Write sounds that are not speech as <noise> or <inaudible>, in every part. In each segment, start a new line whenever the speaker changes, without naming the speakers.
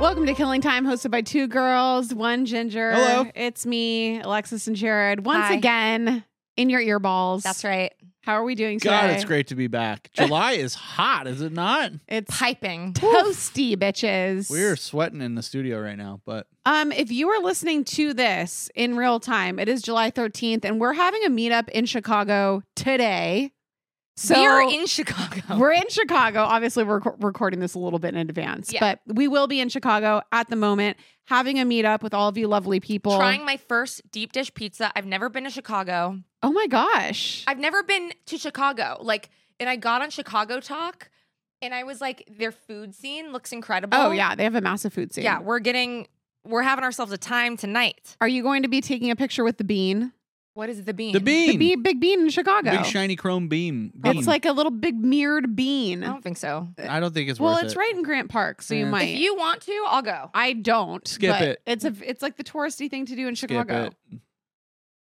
Welcome to Killing Time, hosted by two girls, one ginger.
Hello.
It's me, Alexis and Jared, once
Hi.
again in your earballs.
That's right.
How are we doing today?
God, it's great to be back. July is hot, is it not?
It's <laughs>
Piping.
toasty, bitches.
We're sweating in the studio right now, but
Um, if you are listening to this in real time, it is July 13th, and we're having a meetup in Chicago today. So
we are in Chicago. <laughs>
We're in Chicago. Obviously, we're rec- recording this a little bit in advance,
Yeah.
but we will be in Chicago at the moment, having a meetup with all of you lovely people.
trying my first deep dish pizza. I've never been to Chicago.
oh my gosh.
I've never been to Chicago. Like, and I got on Chicago Talk, and I was like, their food scene looks incredible.
oh yeah, they have a massive food scene.
yeah. We're getting, we're having ourselves a time tonight.
Are you going to be taking a picture with the bean?
What is the bean?
the bean,
The bee, big bean in Chicago.
big shiny chrome beam. bean.
It's like a little big mirrored bean.
I don't think so.
I don't think it's
well,
worth
it's
it.
right in Grant Park, so you
Yeah.
might.
Oh. If you want to, I'll go.
I don't.
Skip
but
it.
It's a it's like the touristy thing to do in
Skip
Chicago.
it.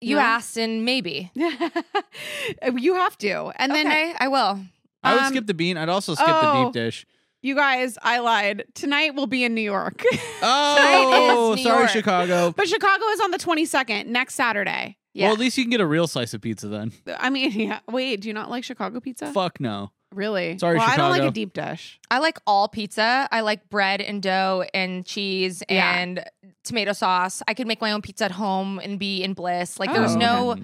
You
No?
asked, and maybe.
<laughs> Uh, you have to. And then
okay, I will.
I would
um,
skip the bean. I'd also skip the
oh.
deep dish.
you guys, I lied. Tonight we'll be in New York. <laughs>
Oh,
New
sorry,
York.
Chicago.
but Chicago is on the 22nd, next Saturday.
Yeah.
Well, at least you can get a real slice of pizza then.
I mean, <laughs> yeah. Wait, do you not like Chicago pizza?
Fuck no.
Really?
Sorry,
well, I don't like
Chicago.
a deep dish.
I like all pizza. I like bread and dough and cheese
Yeah.
and tomato sauce. I could make my own pizza at home and be in bliss. Like there's
Oh.
no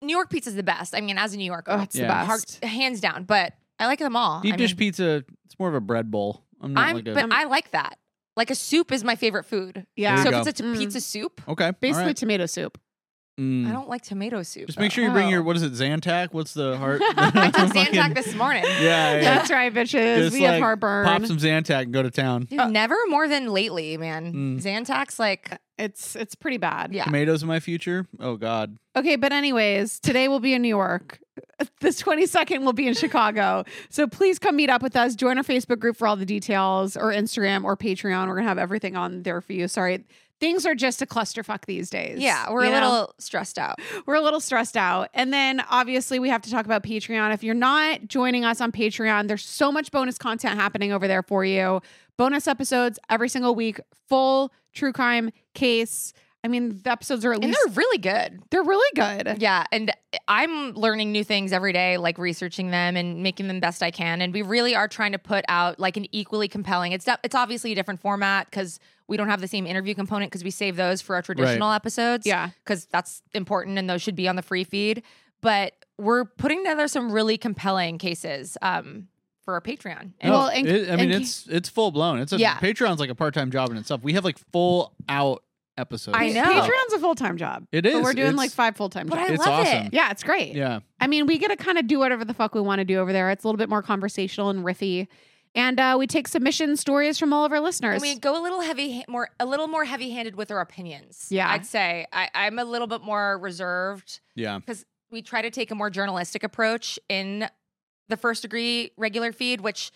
New York pizza's the best. I mean, as a New Yorker,
Oh, it's
Yeah.
the
hard-
best.
hands down. But I like them all.
deep
I
dish
mean,
pizza. It's more of a bread bowl. I'm not
I'm,
like a
but I like that. Like a soup is my favorite food.
Yeah.
There
so
you
if it's a
go.
t- pizza soup,
okay. all
Basically,
right.
tomato soup.
Mm.
I don't like tomato soup.
Just
<laughs>
make sure you bring your what is it Zantac? What's the heart? I <laughs>
took Zantac this morning.
Yeah, yeah.
That's right, bitches.
Just,
we
like,
have heartburn.
Pop some Zantac and go to town.
Dude, never more than lately, man.
Uh, Mm.
Xantac's like
it's it's pretty bad.
yeah.
Tomatoes in my future. Oh God.
Okay, but anyways, today we'll be in New York. <laughs> This 22nd will be in Chicago. So please come meet up with us. Join our Facebook group for all the details or Instagram or Patreon. We're going to have everything on there for you. Sorry. Things are just a clusterfuck these days.
Yeah, we're
you
a
know?
little stressed out.
we're a little stressed out. And then obviously we have to talk about Patreon. If you're not joining us on Patreon, there's so much bonus content happening over there for you. Bonus episodes every single week, full true crime case. I mean, the episodes are at
And
least
they're really good.
they're really good.
Yeah, and I'm learning new things every day, like researching them and making them best I can. And we really are trying to put out like an equally compelling. It's it's obviously a different format because we don't have the same interview component because we save those for our traditional episodes.
Yeah.
because that's important and those should be on the free feed. But we're putting together some really compelling cases um, for our Patreon. And
Well, and-
It- I mean
and-
it's it's full blown. It's a
Yeah.
Patreon's like a part time job in itself. We have like full out episodes.
I know.
Patreon's a full time job.
It
But
is.
we're doing
It's-
like five full time
but I
jobs.
It's
love
awesome.
it.
yeah, it's great.
Yeah.
I mean, we get to kind of do whatever the fuck we want to do over there. It's a little bit more conversational and riffy. And uh, we take submission stories from all of our listeners.
And we go a little heavy, more a little more heavy-handed with our opinions.
Yeah.
I'd say I, I'm a little bit more reserved
Oh
Yeah.
because we try to take a more journalistic approach in the first degree regular feed, which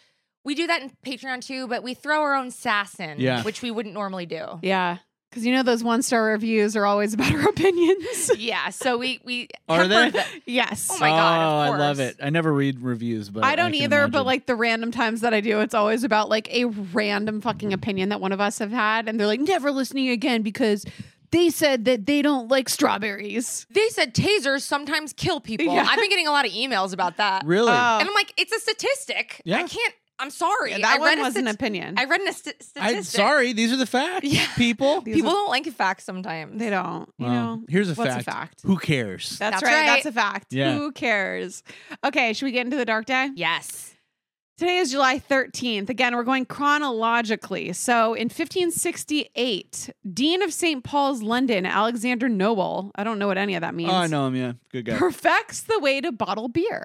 we do that in Patreon too, but we throw our own sass in,
Yeah.
which we wouldn't normally do.
Yeah. Because you know those one star reviews are always <laughs> about our opinions.
Yeah, so we we
Are
pepper
they?
the-
<laughs> yes.
Oh my God, of
Oh, I love
course.
it. I never read reviews, but
I don't
can
either, but
imagine.
like the random times that I do, it's always about like a random fucking opinion that one of us have had. And they're like, never listening again because they said that they don't like strawberries.
<laughs> They said tasers sometimes kill people.
Yeah.
I've been getting a lot of emails about that.
really.
Uh,
And I'm like, it's a statistic. I
Yeah.
can't. I'm sorry.
Yeah,
I
that one
read a
was an
stat-
opinion.
I read in a st- statistic.
I'm sorry. These are the facts,
Yeah.
people.
These
People
are-
don't like facts sometimes.
they don't. You
Well,
know,
here's a
what's
fact.
a fact?
Who cares?
That's,
That's
right,
right.
That's a fact.
Yeah.
Who cares? Okay. Should we get into the dark day?
Yes.
Today is July 13th. Again, we're going chronologically. So in 1568, Dean of St. Paul's, London, Alexander Noble, I don't know what any of that means,
oh, I know him. Yeah,
<laughs>
good guy.
perfects the way to bottle beer.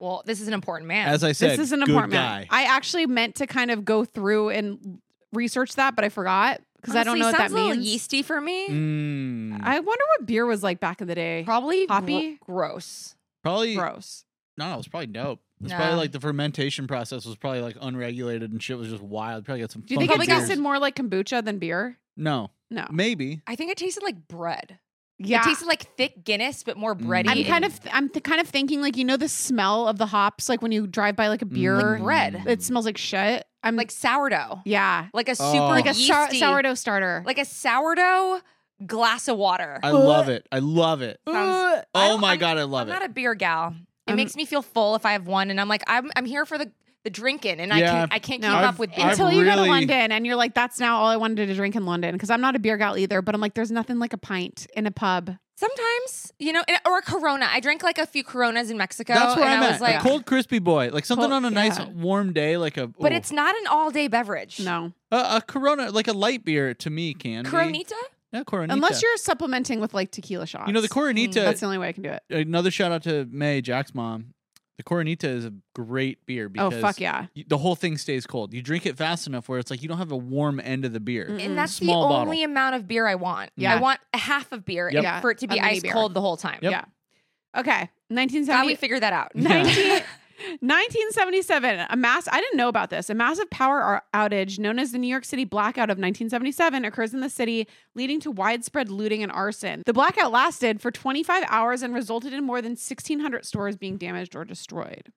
Well, this is an important man.
As I said,
this is an
good
important
guy.
I actually meant to kind of go through and research that, but I forgot because I don't
Honestly,
know what
sounds
that
a little
means.
Yeasty for me.
Mm,
I wonder what beer was like back in the day.
Probably gr-
Hoppy?
gross.
probably
Gross.
no. It was probably dope. It's
No.
probably like the fermentation process was probably like unregulated and shit was just wild. Probably got some.
Do you think it
funky
got
beers.
tasted more like kombucha than beer?
No,
No.
maybe.
I think it tasted like bread.
Yeah.
It tasted like thick Guinness, but more
Mm.
bready.
I'm
and-
kind of I'm th- kind of thinking like you know the smell of the hops like when you drive by like a beer
Mm.
bread.
it smells like shit. I'm
like
like
sourdough,
yeah.
like a super
Oh. Like
Like a sour-
yeasty-
sourdough starter.
like a sourdough glass of water.
I love it. I love it.
Sounds- I
oh
don't-
my
I'm-
god, I love
I'm not
it.
a beer gal. It
Um,
makes me feel full if I have one, and I'm like, I'm I'm here for the the drinking, and
Yeah.
I can't I can't
No.
keep
I've-
up with
I've
beer.
until you go to
really-
London and you're like that's now all I wanted to drink in London because I'm not a beer gal either but I'm like there's nothing like a pint in a pub.
Sometimes, you know, and- or a Corona. I drank like a few Coronas in Mexico,
That's where
and
I'm
I
at.
was like,
a cold crispy boy, like something
Cold-
on a nice
yeah.
warm day, like a.
but
ooh.
it's not an all day beverage.
No.
a, a Corona, like a light beer to me can. be-
Coronita.
Yeah, Coronita.
Unless you're supplementing with like tequila shots.
You know the
Mm,
Coronita.
That's the only way I can do it.
another shout out to May Jack's mom. The Coronita is a great beer
Oh
because
fuck yeah.
y- the whole thing stays cold. You drink it fast enough where it's like you don't have a warm end of the beer.
Mm.
And that's
Small
the
bottle.
only amount of beer I want.
Yeah.
I want a half of beer
Yep.
Yeah,
for it to be
a mini
ice
beer.
cold the whole time.
Yep.
Yeah. Okay. 1970
Glad we figured that <laughs> out.
19 1977, a mass I didn't know about this. A massive power ar- outage known as the New York City blackout of 1977 occurs in the city, leading to widespread looting and arson. The blackout lasted for 25 hours and resulted in more than 1600 stores being damaged or destroyed.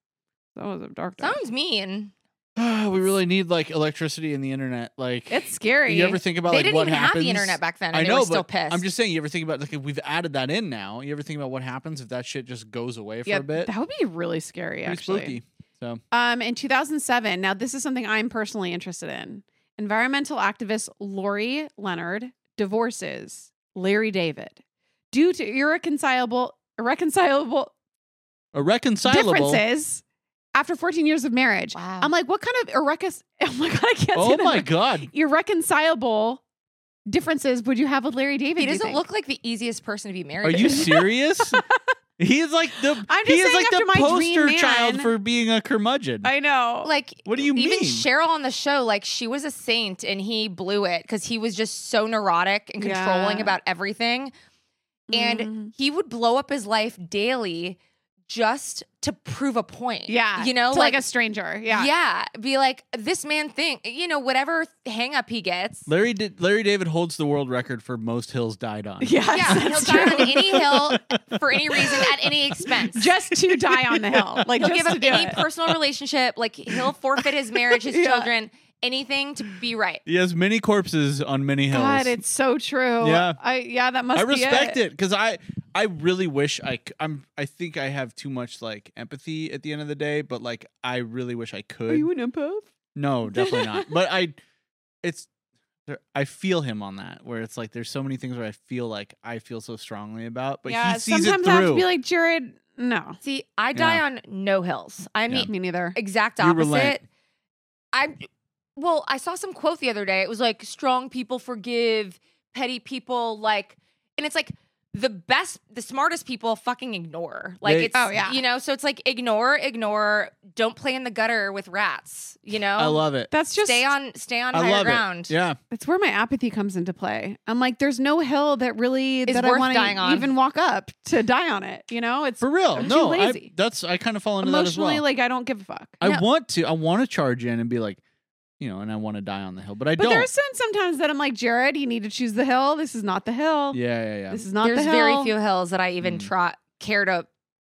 That was a dark time.
Sounds mean.
<sighs> we really need like electricity and the internet. Like
It's scary.
You ever think about
they
like
didn't
what
even
happens?
have the internet back then. And
I
they
know,
were
but
still pissed.
I'm just saying. You ever think about like if we've added that in now? You ever think about what happens if that shit just goes away for
yeah,
a bit?
that would be really scary
Pretty
actually.
spooky. So
Um, in 2007, now this is something I'm personally interested in. Environmental activist Lori Leonard divorces Larry David due to irreconcilable irreconcilable <laughs>
irreconcilable.
differences after 14 years of marriage.
Wow.
I'm like, what kind of irrecon? <laughs> Oh my god, I can't. say
Oh
that.
my god!
<laughs> Irreconcilable differences would you have with Larry David?
he
do you
doesn't
think?
look like the easiest person to be married.
Are
<laughs>
you
to.
serious? he is like the
I'm
he
just
is
saying
like the
after my dream
poster child
man-
for being a curmudgeon.
I know.
<laughs> like?
what do you
Even
mean?
Cheryl on the show, like she was a saint and he blew it because he was just so neurotic and controlling
Yeah.
about everything. And
Mhm.
he would blow up his life daily just to prove a point.
yeah,
You know,
to like, a stranger. Yeah,
Be like, this man think, you know, whatever hang up
<laughs>
he gets.
Larry did, Larry David holds the world record for most hills
<laughs>
died on.
<laughs> Yes,
yeah, he'll
that's
die
true.
on any hill for any reason at
<laughs>
any expense.
just to die on the hill. Like
<laughs> he'll
just
give
to
up
do
any
it.
personal
<laughs>
relationship. Like he'll forfeit his marriage, his
Yeah.
children, anything to be right.
He has many corpses on many hills.
God, it's so true.
Yeah.
I yeah, that must.
I
be
respect it because I I really wish I c- I'm I think I have too much like empathy at the end of the day, but like I really wish I could.
Are you an empath? <laughs>
no, definitely not. But I, it's there- I feel him on that where it's like there's so many things where I feel like I feel so strongly about, but
yeah.
he sees
sometimes
it
I have to
through.
be like Jared. No,
See, I die
Yeah.
on no hills. I'm
Yeah.
the
me neither.
exact
You relent.
opposite. I'm well, I saw some quote the other day. It was like strong people forgive, petty people like and it's like the best, the smartest people fucking ignore. Like
They-
it's,
Oh, yeah.
you know, so it's like ignore, ignore. Don't play in the gutter with rats. You know,
oh,
I love it.
That's just
stay on, stay on
I
higher
love
ground.
it. Yeah.
That's where my apathy comes into play. I'm like, there's no hill that really
Is
that I
worth
want
dying
to
on.
even walk up to die on it. You know, it's
For real.
I'm
no.
too
I,
lazy.
that's I kind of fall into that as well.
emotionally like I don't give a fuck.
I
No.
want to. I want to charge in and be like, you know, and I want to die on the hill, but I
But
don't.
there's some sometimes that I'm like, Jared, you need to choose the hill. This is not the hill.
yeah, yeah, yeah.
This is not
There's
the hill.
very few hills that I even
Mm.
trot care to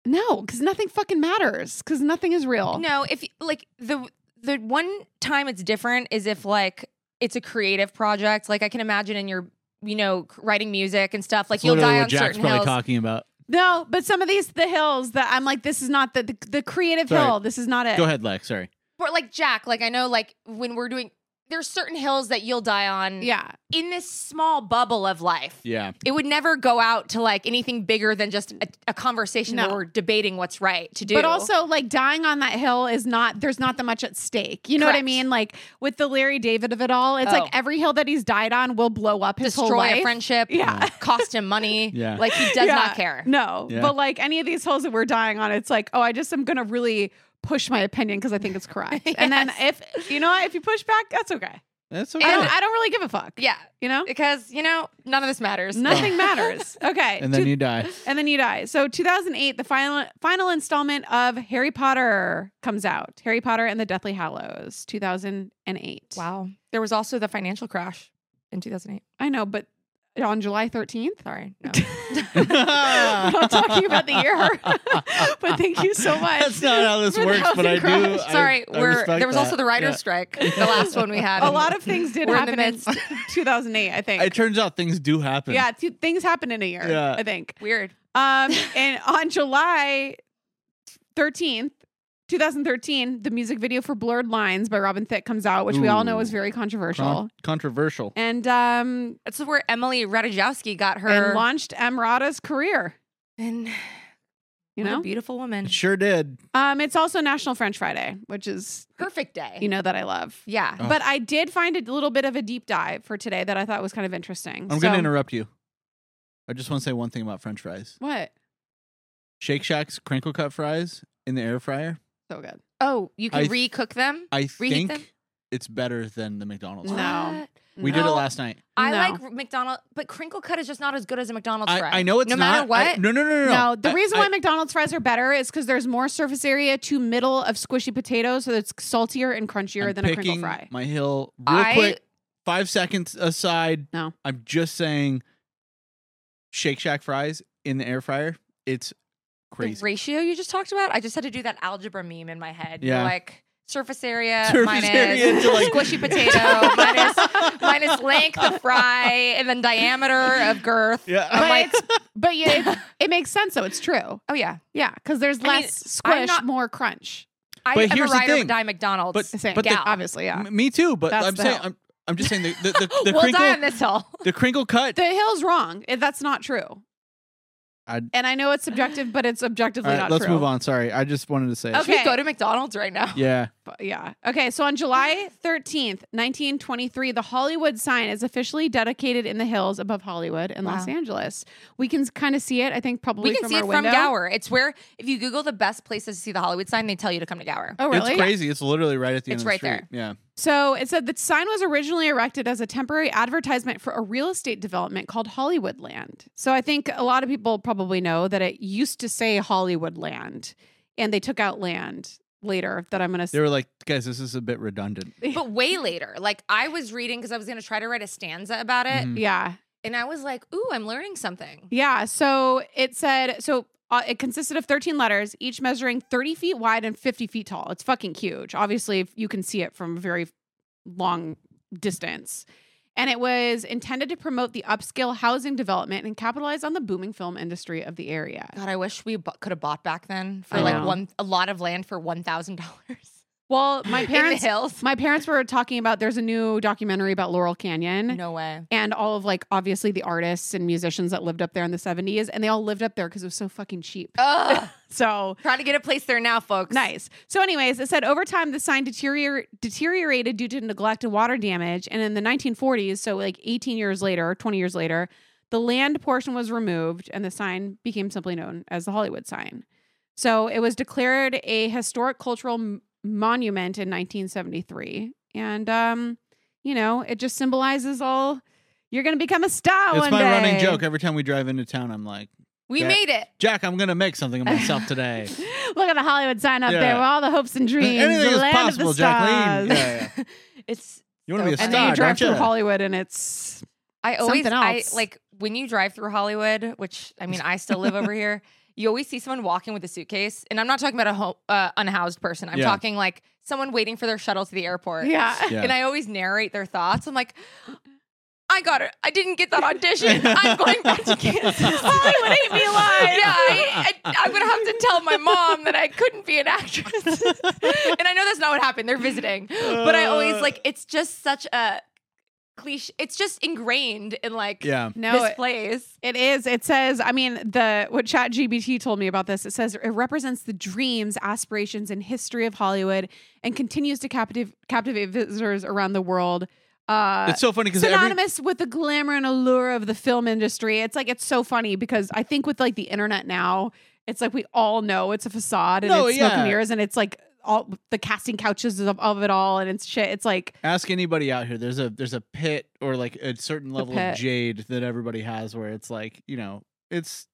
No, because nothing fucking matters. Because nothing is
Oh.
real.
No, if like the the one time it's different is if like it's a creative project. Like I can imagine in your you know c- writing music and stuff. Like
That's
you'll
literally
die
what
on
Jack's
certain
probably
hills.
talking about.
No, but some of these the hills that I'm like, this is not the the, the creative
Sorry.
hill. This is not it.
Go ahead, Lex. Sorry.
But like Jack, like I know like when we're doing there's certain hills that you'll die on
Yeah.
in this small bubble of life.
Yeah.
It would never go out to like anything bigger than just a, a conversation
No.
where we're debating what's right to do.
But also, like dying on that hill is not. There's not that much at stake. You know what I
Correct.
mean? Like with the Larry David of it all, it's
Oh.
like every hill that he's died on will blow up his whole
destroy
life.
a friendship,
Yeah.
cost him money.
<laughs> Yeah.
Like he does
Yeah.
not care.
No,
Yeah.
but like any of these hills that we're dying on, it's like, oh, I just am gonna really push my opinion because I think it's
<laughs>
correct. And then if you know what, if you push back, that's okay.
That's
I don't.
okay.
I don't really give a fuck.
Yeah.
You know,
Because, you know, none of this matters.
nothing
<laughs>
matters. Okay.
And then
Two- <laughs>
you die.
and then you die. So 2008, the final final installment of Harry Potter comes out. Harry Potter and the Deathly Hallows, 2008.
Wow. There was also the financial crash in 2008.
I know, but on July 13th.
Sorry.
<laughs>
We're
No.
We're not talking about the year, <laughs> but thank you so much.
<laughs> That's not how this
for the
works, but I
housing
do.
crash.
I-
Sorry.
I
we're,
respect
there was also
that.
the writer's
Yeah. <laughs>
strike, the last one we had.
A
and
lot of things did
We're in the
happen in, <laughs> 2008, I think.
It turns out things do happen.
yeah, two things happened in a year,
Yeah.
I think.
weird.
Um, and on July 13th, 2013, the music video for Blurred Lines by Robin Thicke comes out, which we all know
Ooh.
is very controversial.
Con- controversial.
and um
That's where Emily Ratajkowski got her.
and launched Emrata's career,
and
you
what a
know.
beautiful woman.
It sure did.
Um it's also National French Friday, which is
Perfect day.
you know that I love.
Yeah.
Oh.
But I did find a little bit of a deep dive for today that I thought was kind of interesting.
I'm
So-
going to interrupt you. I just want to say one thing about French fries.
What?
Shake Shack's crinkle cut fries in the air fryer.
So good.
Oh, you
I
can
th-
re-cook them?
I
Reheat
think
them?
it's better than the McDonald's.
No.
fries.
What?
We did it
No.
last night.
I
No.
like McDonald's, but crinkle cut is just not as good as a McDonald's fry.
I, I know it's
no
not.
matter what.
I- no, no, no, no.
No,
no.
the
I-
reason
I-
why McDonald's fries are better is because there's more surface area to middle of squishy potatoes, so it's saltier and crunchier
I'm
than a crinkle
picking
fry.
My hill, real
I-
quick, five seconds aside.
No.
I'm just saying, Shake Shack fries in the air fryer. It's
The
crazy.
ratio you just talked about, I just had to do that algebra meme in my head.
Yeah.
Like surface area
<laughs> Surface
minus
area to, like- <laughs>
squishy potato minus minus length of fry and then diameter of girth.
Yeah.
I'm
But
like,
But
<laughs>
yeah, it, it makes sense though. It's true.
oh yeah.
Yeah, because there's
I mean,
less
I'm
squish,
not-
more crunch.
I
But
am
here's
a
the
rider
thing.
or die McDonald's.
But-
Same.
but the-
gal.
obviously, yeah.
M- Me too, but
Oh, That's
I'm
the
saying
hill.
I'm, I'm just saying the
<laughs>
the, the, the
we'll die on
crinkle <laughs>
this hill.
the crinkle cut.
The hill's wrong. It- That's not true.
I'd-
and I know it's subjective, but it's objectively
All right,
not
let's
true.
move on. Sorry, I just wanted to say. it.
Should
Okay.
we go to McDonald's right now?
Yeah,
But yeah. Okay. So on July 13th, 1923, the Hollywood sign is officially dedicated in the hills above Hollywood in Los
Wow.
Angeles. We can kind of see it, I think, probably
We can
from
see
our
it from
window.
Gower. It's where if you Google the best places to see the Hollywood sign, they tell you to come to Gower.
Oh, really?
it's crazy. It's literally right at the
It's
end.
right
of the street. there. Yeah.
So it said the sign was originally erected as a temporary advertisement for a real estate development called Hollywood Land. So I think a lot of people probably know that it used to say Hollywood Land and they took out land later that I'm going
They
to
were like, guys, this is a bit redundant.
But way later. Like I was reading because I was gonna try to write a stanza about it.
Mhm.
Yeah.
And I was like, ooh, I'm learning something.
Yeah. So it said, so uh, it consisted of 13 letters, each measuring 30 feet wide and 50 feet tall. It's fucking huge. Obviously, you can see it from a very long distance. And it was intended to promote the upscale housing development and capitalize on the booming film industry of the area.
God, I wish we bu- could have bought back then for
I
like
know.
one a lot of land for one
<laughs>
thousand dollars.
Well, my parents,
<laughs> in the hills.
my parents were talking about there's a new documentary about Laurel Canyon.
No way.
and all of like obviously the artists and musicians that lived up there in the 70s and they all lived up there because it was so fucking cheap
Ugh.
<laughs> so
Trying to get a place there now, folks.
nice so anyways it said over time the sign deterior- deteriorated due to neglect and water damage and in the 1940s so like 18 years later 20 years later The land portion was removed, and the sign became simply known as the Hollywood sign. So it was declared a historic cultural m- monument in 1973, and um, you know, it just symbolizes all. You're gonna become a star
it's
one
my
day.
running joke. Every time we drive into town, I'm like,
We
Yeah.
made it.
Jack, I'm gonna make something of myself today.
Look at the Hollywood sign up
Yeah.
there with all the hopes and <laughs> dreams.
Anything
the
is
land
possible,
of the stars.
Jacqueline. Yeah, yeah.
It's
You want to be a
So-
star,
And then you drive
don't
through
ya?
Hollywood, and it's
I always
Something
I
else.
like when you drive through Hollywood, which I mean I still
<laughs>
live over here. You always see someone walking with a suitcase, and I'm not talking about a ho- uh, unhoused person. I'm
Yeah.
talking like someone waiting for their shuttle to the airport.
yeah.
Yeah.
<laughs> And I always narrate their thoughts. I'm like, <gasps> I got it. I didn't get
<laughs>
that audition. I'm going back to
<laughs>
Kansas. Hollywood ate me alive. Yeah, I, I, I'm gonna have to tell my mom that I couldn't be an actress. <laughs> and I know that's not what happened. They're visiting, but I
<laughs>
always like. It's just such a cliche. It's just ingrained in like
Yeah.
No,
this
it,
place.
it is. It says, I mean, the what Chat GBT told me about this, it says it represents the dreams, aspirations, and history of Hollywood and continues to captive captivate visitors around the world. Uh
It's so funny because every
synonymous with the glamour and allure of the film industry. It's like it's so funny because I think with like the internet now, it's like we all know it's a facade and
No,
it's smoke
yeah.
and mirrors and it's like all the casting couches of, of it all and it's shit. It's like <laughs>
ask anybody out here there's a there's a pit or like a certain level of
pit.
jade that everybody has where it's like you know it's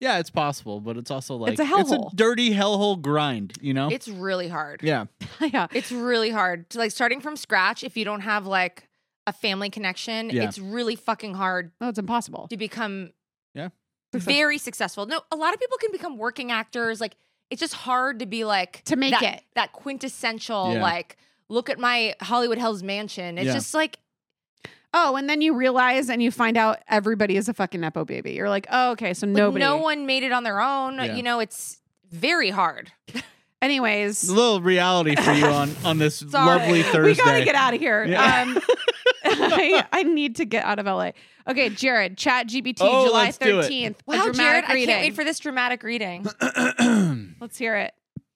yeah it's possible but it's also like
It's a hellhole.
dirty hellhole grind you know
It's really hard.
yeah
yeah.
It's really hard to like starting from scratch if you don't have like a family connection.
Yeah.
It's really fucking hard
No, it's impossible.
to become
Yeah.
very successful. No, a lot of people can become working actors. Like it's just hard to be like
To make
that,
it.
that quintessential
Yeah.
like look at my Hollywood Hills mansion. It's
Yeah.
just like
Oh, and then you realize and you find out everybody is a fucking nepo baby. You're like, oh, okay, so
like,
nobody.
no one made it on their own.
Yeah.
You know, it's very hard.
Anyways,
a little reality for you on on this
Sorry.
lovely
We
thursday
<laughs> we gotta get out of here.
Yeah. <laughs>
Um, <laughs> I, I need to get out of LA. Okay, Jared, Chat GBT,
Oh,
July
let's do it.
thirteenth.
Wow, Jared, I can't wait for this dramatic reading.
Let's hear it.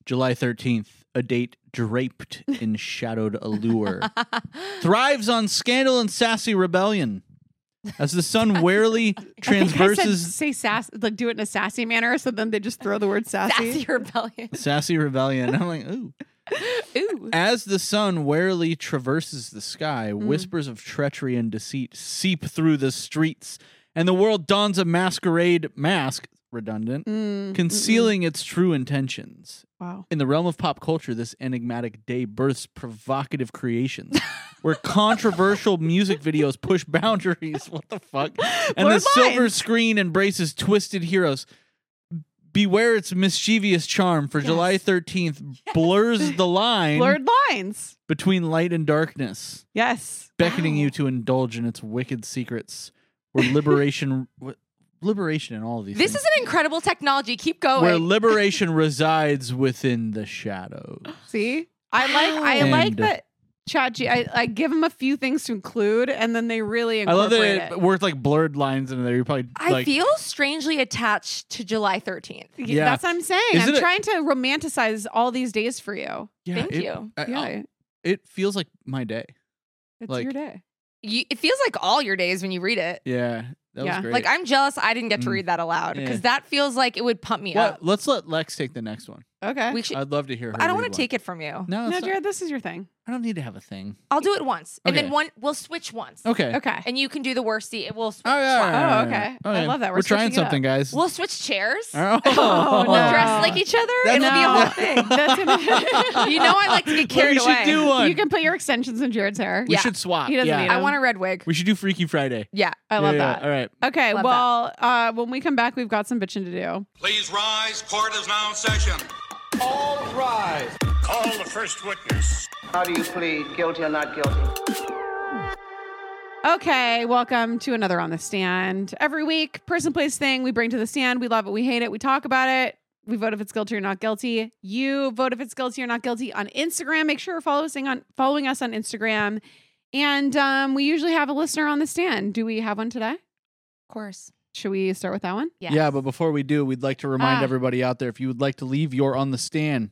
july 13th a date draped in shadowed
<laughs>
allure thrives on scandal and sassy rebellion as
<laughs>
the sun warily
I think I said
transverses
say sass like do it in a sassy manner, so then they just throw the word sassy.
<laughs> Sassy rebellion.
sassy rebellion i'm like ooh
Ooh.
As the sun warily traverses the sky, whispers of treachery and deceit seep through the streets, and the world dons a masquerade mask, redundant,
Mm,
concealing its true intentions.
mm-mm. Wow.
In the realm of pop culture, this enigmatic day births provocative creations where
<laughs>
controversial music videos push boundaries. What the fuck? And
Blurred
the silver
lines.
screen embraces twisted heroes. Beware its mischievous charm, for July 13th blurs
<laughs>
the line
Blurred lines.
between light and darkness,
Yes.
beckoning
Wow.
you to indulge in its wicked secrets, where
<laughs>
liberation, what- liberation in all of these.
This
things,
is an incredible technology. Keep going.
where liberation resides within the shadows.
See? I like I
Wow.
like
And-
that Chat G I, I give them a few things to include and then they really
I love
incorporate it.
that it, worked like blurred lines in there. You're probably
I
like,
feel strangely attached to July 13th.
Y-
Yeah.
That's what I'm saying.
Isn't
I'm
it-
trying to romanticize all these days for you.
yeah,
Thank
it-
you.
I-
Yeah.
I'll- it feels like my day.
it's
like-
your day.
You, it feels like all your days when you read it.
Yeah, that
Yeah.
was great.
Like I'm jealous I didn't get to
Mm.
read that aloud because
Yeah.
that feels like it would pump me
Well,
up.
let's let Lex take the next one.
Okay.
We should,
I'd love to hear. Her
I don't
read
want
one.
to take it from you.
No,
no,
it's not-
Jared, this is your thing.
I don't need to have a thing.
I'll do it once, and
Okay.
then one we'll switch once,
Okay.
Okay.
and you can do the worsty. We'll switch.
Oh, yeah,
swap.
yeah, yeah,
Oh,
yeah.
okay. I love that. We're
We're trying
switching it up.
something, guys.
We'll switch chairs.
<laughs> Oh,
no.
We'll
<laughs>
dress like each other.
That's-
It'll
No.
be a whole thing.
That's
<laughs>
gonna-
you know I like to get
Maybe
carried
we should
away.
do one.
You can put your extensions in Jared's hair.
we
Yeah.
should swap.
He doesn't
yeah.
need 'em.
I want a red wig.
We should do Freaky Friday.
Yeah.
I love
Yeah, yeah,
that.
All right.
Okay,
Love that.
well, uh, when we come back, we've got some bitching to do.
Please rise. Court is now in session.
All rise.
Call the first witness.
How do you plead, guilty or not guilty?
Okay, welcome to another On the Stand. Every week, person, place, thing we bring to the stand. We love it, we hate it, we talk about it. We vote if it's guilty or not guilty. You vote if it's guilty or not guilty on Instagram. Make sure you're following on following us on Instagram. And um, we usually have a listener on the stand. Do we have one today?
Of course.
Should we start with that one?
Yeah.
Yeah, but before we do, we'd like to remind
Ah.
everybody out there if you would like to leave your on the stand,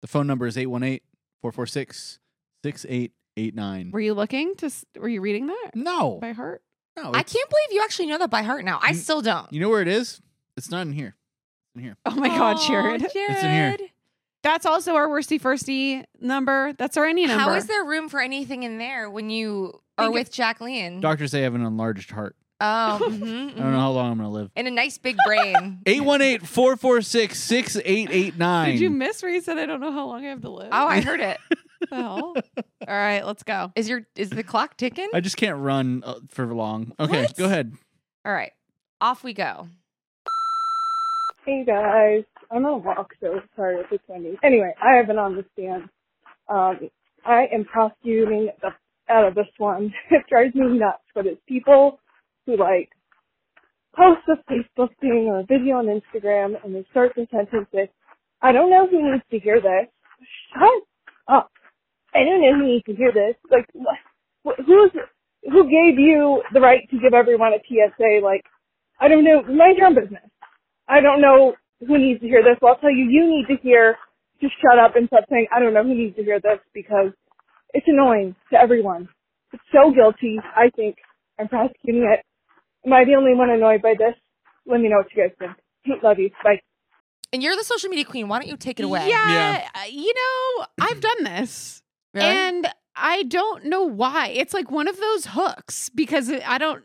the phone number is 818 446 6889.
Were you looking to? s- Were you reading that
No.
by heart?
No,
I
it's-
can't believe you actually know that by heart now. I
You-
still don't.
You know where it is? It's not in here. It's in here.
Oh my God,
Aw,
Jared.
It's in here.
Jared.
That's also our worsty firsty number. That's our any number.
How is there room for anything in there when you are
Think
with Jacqueline?
Doctors say I have an enlarged heart.
oh,
<laughs>
mhm,
I don't
mhm.
know how long I'm going to
<laughs>
live.
And a nice big
<laughs>
brain.
818 446 6889.
Did you miss where you said I don't know how long I have to live?
oh, I heard it.
What the hell? All right, let's go.
Is your is the clock ticking?
I just can't run uh, for long. Okay,
What?
go ahead.
All right, off we go.
Hey guys, I'm on a walk, so sorry if it's windy. Anyway, I have been on the stand. Um, I am prosecuting the out of this one. <laughs> It drives me nuts, but it's people who like post a Facebook thing or a video on Instagram and they start the sentence with, "I don't know who needs to hear this." Shut up! I don't know who needs to hear this. Like, what? wh- Who's who gave you the right to give everyone a PSA? Like, I don't know. Mind your own business. I don't know who needs to hear this. Well, I'll tell you, you need to hear, just shut up and stop saying, I don't know who needs to hear this because it's annoying to everyone. It's so guilty. I think I'm prosecuting it. Am I the only one annoyed by this? Let me know what you guys think. <laughs> Love you. Bye.
And you're the social media queen. Why don't you take it away?
Yeah, uh, you know, I've done this.
Really?
And I don't know why. It's like one of those hooks because it- I don't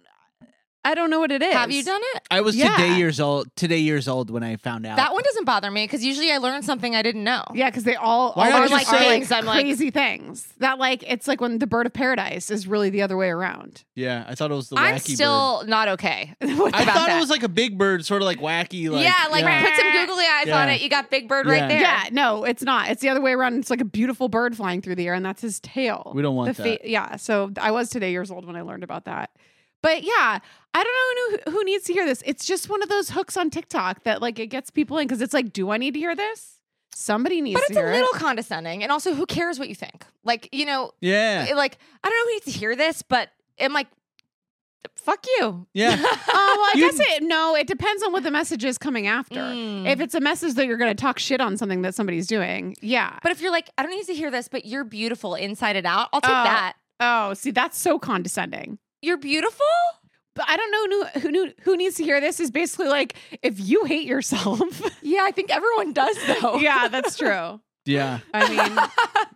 I don't know what it is.
Have you done it?
I was
Yeah.
today years old. Today years old when I found out.
That one doesn't bother me because usually I learn something I didn't know.
Yeah, because they all,
Why
all
not
are,
just
like,
say-
are, like,
I'm like-
crazy things that like it's like when the bird of paradise is really the other way around.
Yeah, I thought it was the
I'm
wacky bird.
still not okay. <laughs>
What's
I
about
thought
that.
it was like a big bird, sort of like wacky. Like,
yeah, like
yeah.
put some googly eyes on
Yeah.
it. You got Big Bird
Yeah.
right there.
Yeah, no, it's not. It's the other way around. It's like a beautiful bird flying through the air, and that's his tail.
We don't want
the
that.
yeah, so I was today years old when I learned about that. But yeah, I don't know who, who needs to hear this. It's just one of those hooks on TikTok that like it gets people in because it's like, do I need to hear this? Somebody needs
But
to
it's a
hear it.
little condescending. And also, who cares what you think? Like, you know,
yeah.
it- like I don't know who needs to hear this, but I'm like, fuck you.
Yeah.
<laughs> <laughs> Oh, well, I
You-
guess it. No, it depends on what the message is coming after.
Mm.
If it's a message that you're going to talk shit on something that somebody's doing, yeah.
But if you're like, I don't need to hear this, but you're beautiful inside and out, I'll take
Oh.
that.
Oh, see, that's so condescending.
You're beautiful?
But I don't know who who, who needs to hear this is basically like if you hate yourself. <laughs>
Yeah, I think everyone does <laughs> though.
yeah, that's true.
yeah. <laughs>
I mean,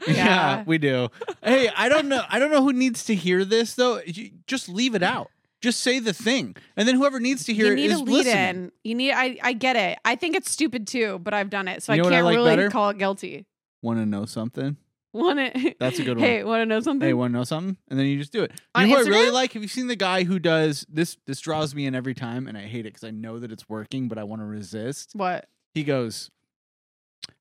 Yeah,
Yeah.
we do. Hey, I don't know. I don't know who needs to hear this though. You- just leave it out. Just say the thing, and then whoever needs to
<laughs>
hear
you
it
need
is
a lead
listening.
in. You need. I I get it. I think it's stupid too, but I've done it, so
You
I
know what I
can't
like
really
better?
call it guilty. <laughs>
Want to know something?
Mm-hmm. Want it?
That's
<laughs>
a good
Hey, want to know something?
Hey, want to know something? And then you just do it. You
On
know what I really
Instagram?
like? Have you seen the guy who does this? This draws me in every time, and I hate it because I know that it's working, but I want to resist.
what?
He goes,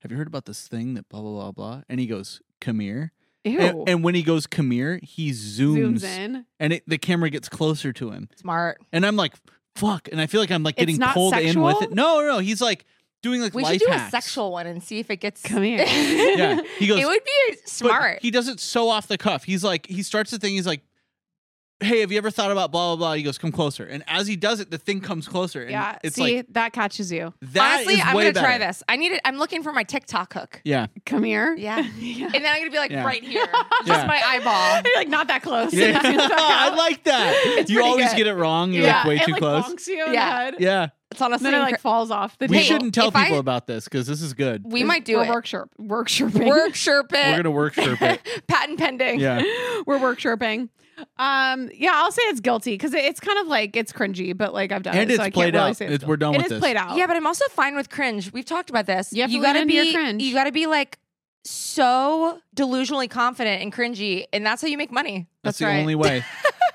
"Have you heard about this thing that blah blah blah blah?" And he goes, "Come here."
Ew.
And, and when he goes, "Come here," he zooms,
zooms in.
and it, the camera gets closer to him.
Smart.
And I'm like, fuck. And I feel like I'm like
It's
getting
not
pulled in with it.
sexual?
No, no, he's like doing like
We
life
should do
hacks.
a sexual one and see if it gets
Come
<laughs>
here.
Yeah, he goes.
it would be
but
smart.
He does it so off the cuff. He's like, he starts the thing. He's like, hey, have you ever thought about blah blah blah? He goes, come closer. And as he does it, the thing comes closer. And
Yeah.
it's
see,
like
that catches you.
that
Honestly,
is
I'm
way
gonna try
better.
this. I need it. I'm looking for my
<laughs>
TikTok hook. <laughs>
Yeah,
Come here.
Yeah.
<laughs> yeah.
And then I'm gonna be like
Yeah.
right here.
<laughs> Yeah.
Just my eyeball.
You're like not that close. <laughs>
yeah.
It's gonna suck
<laughs> I
out.
like
<laughs>
that.
It's
you
pretty
always
good.
get it wrong. You're like way
it,
too close.
bonks you in
Yeah.
the head.
Yeah,
It's honestly
And then it like
incre-
falls off the
we
table.
shouldn't tell
if I-
people about this because this is good.
we might do
We're
it.
workshop workshopping.
Work
<laughs>
<laughs>
sherp it.
We're gonna
<laughs>
workshop it.
Patent pending.
Yeah.
We're workshopping. Um, yeah, I'll say it's guilty because it, it's kind of like it's cringy, but like I've done
And
it,
it's
so I
played
can't really
out.
say
It's-
guilty.
we're done
It
with
is
this.
played out.
Yeah, but I'm also fine with cringe. We've talked about this.
You have to lean
gotta
into your
be
cringe.
you gotta be like so delusionally confident and cringy, and that's how you make money.
That's
That's, the
right.
only way.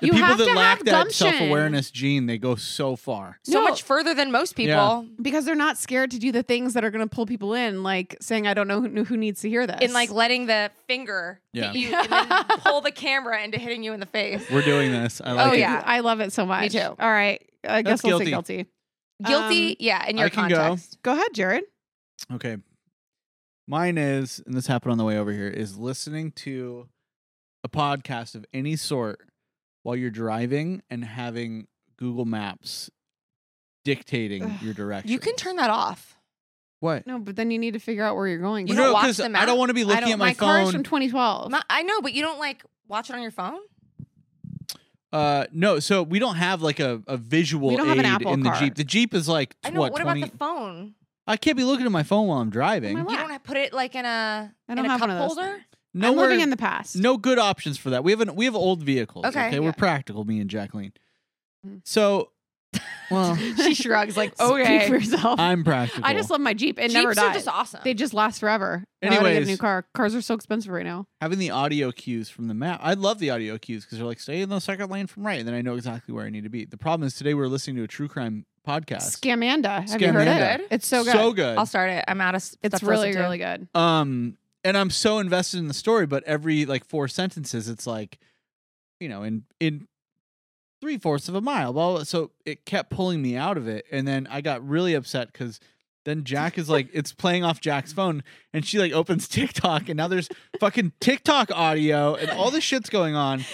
The
You
people
have
that
to
lack
have
that
gumption.
self awareness gene, they go so far.
So
No.
much further than most people.
Yeah.
because they're not scared to do the things that are going to pull people in, like saying, "I don't know who, who needs to hear this."
In like letting the finger
Yeah.
hit you and
<laughs>
then pull the camera into hitting you in the face.
We're doing this. I
Oh,
like it.
yeah.
I love it so much.
too.
All right, I
That's
guess we'll say
guilty.
guilty.
Guilty,
Um,
yeah, in your
I can go.
context.
Go ahead, Jared.
Okay. Mine is, and this happened on the way over here, is listening to a podcast of any sort while you're driving and having Google Maps dictating
Ugh.
your direction.
You can turn that off.
what?
No, but then you need to figure out where you're going.
You
So-
don't watch
'cause
the
I
map?
don't want to be
I
looking
don't-
at my,
car is
phone.
from 2012.
My- I know, but you don't like watch it on your phone?
Uh, no, so we don't have like a, a visual
We don't have an
aid
Apple
in the
Card.
Jeep. The Jeep is like
I know.
what,
What,
20?
about the Oh phone?
I can't be looking at my phone while I'm driving.
my
You don't have- put it like in a
I don't
in a
have
cup
one of those
holder.
I'm
Nowhere-
living in the past. <laughs>
No good options for that. We have an we have old vehicles. Okay,
Okay,
we're
yeah.
practical, me and Jacqueline.
Mm.
So,
<laughs>
well,
she shrugs like,
Speak for
okay.
yourself.
I'm practical.
I just love my Jeep. It
Jeeps
never
are
dies.
just awesome.
They just last forever. Why would I get a
Anyways.
new car. Cars are so expensive right now.
having the audio cues from the map. I love the audio cues because they're like stay in the second lane from right, and then I know exactly where I need to be. The problem is today we we're listening to a true crime podcast.
Scamanda. Have you heard
Scamanda.
it? It's so good.
So good.
I'll start it. I'm out of. s-
it's
stuff to
really,
listen to.
really good.
um and i'm so invested in the story but every like four sentences it's like you know in in three fourths of a mile blah, blah. so it kept pulling me out of it and then i got really upset because then jack is like it's playing off jack's phone and she like opens <laughs> tiktok and now there's fucking tiktok audio and all this shit's going on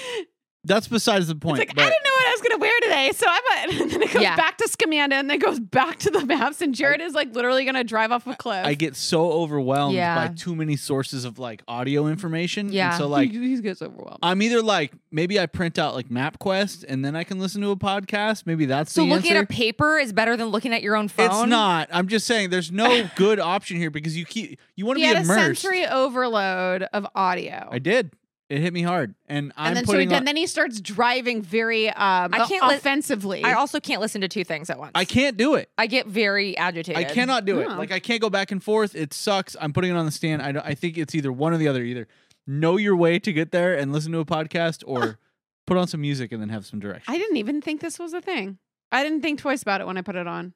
that's besides the point
It's like, I
but
didn't know what I was going to wear today. So I'm a, <laughs> and then it goes
Yeah.
back to Scamanda and then goes back to the maps. And Jared is like literally going to drive off a cliff.
I get so overwhelmed
Yeah.
by too many sources of like audio information.
Yeah.
And so like
he, he gets overwhelmed.
I'm either like maybe I print out like MapQuest and then I can listen to a podcast. Maybe that's
So
the
looking
answer.
at a paper is better than looking at your own phone.
it's not. I'm just saying
<laughs>
there's no good option here because you keep you want
he
to be
had a
immersed.
sensory overload of audio.
I did. It hit me hard, and I'm
and then, so he,
putting. on-
and then he starts driving very um,
I can't li-
offensively.
I also can't listen to two things at once.
I can't do it.
I get very agitated.
I cannot do it.
No.
Like I can't go back and forth. It sucks. I'm putting it on the stand. I don't, I think it's either one or the other. Either know your way to get there and listen to a podcast, or put on some music and then have some direction.
I didn't even think this was a thing. I didn't think twice about it when I put it on.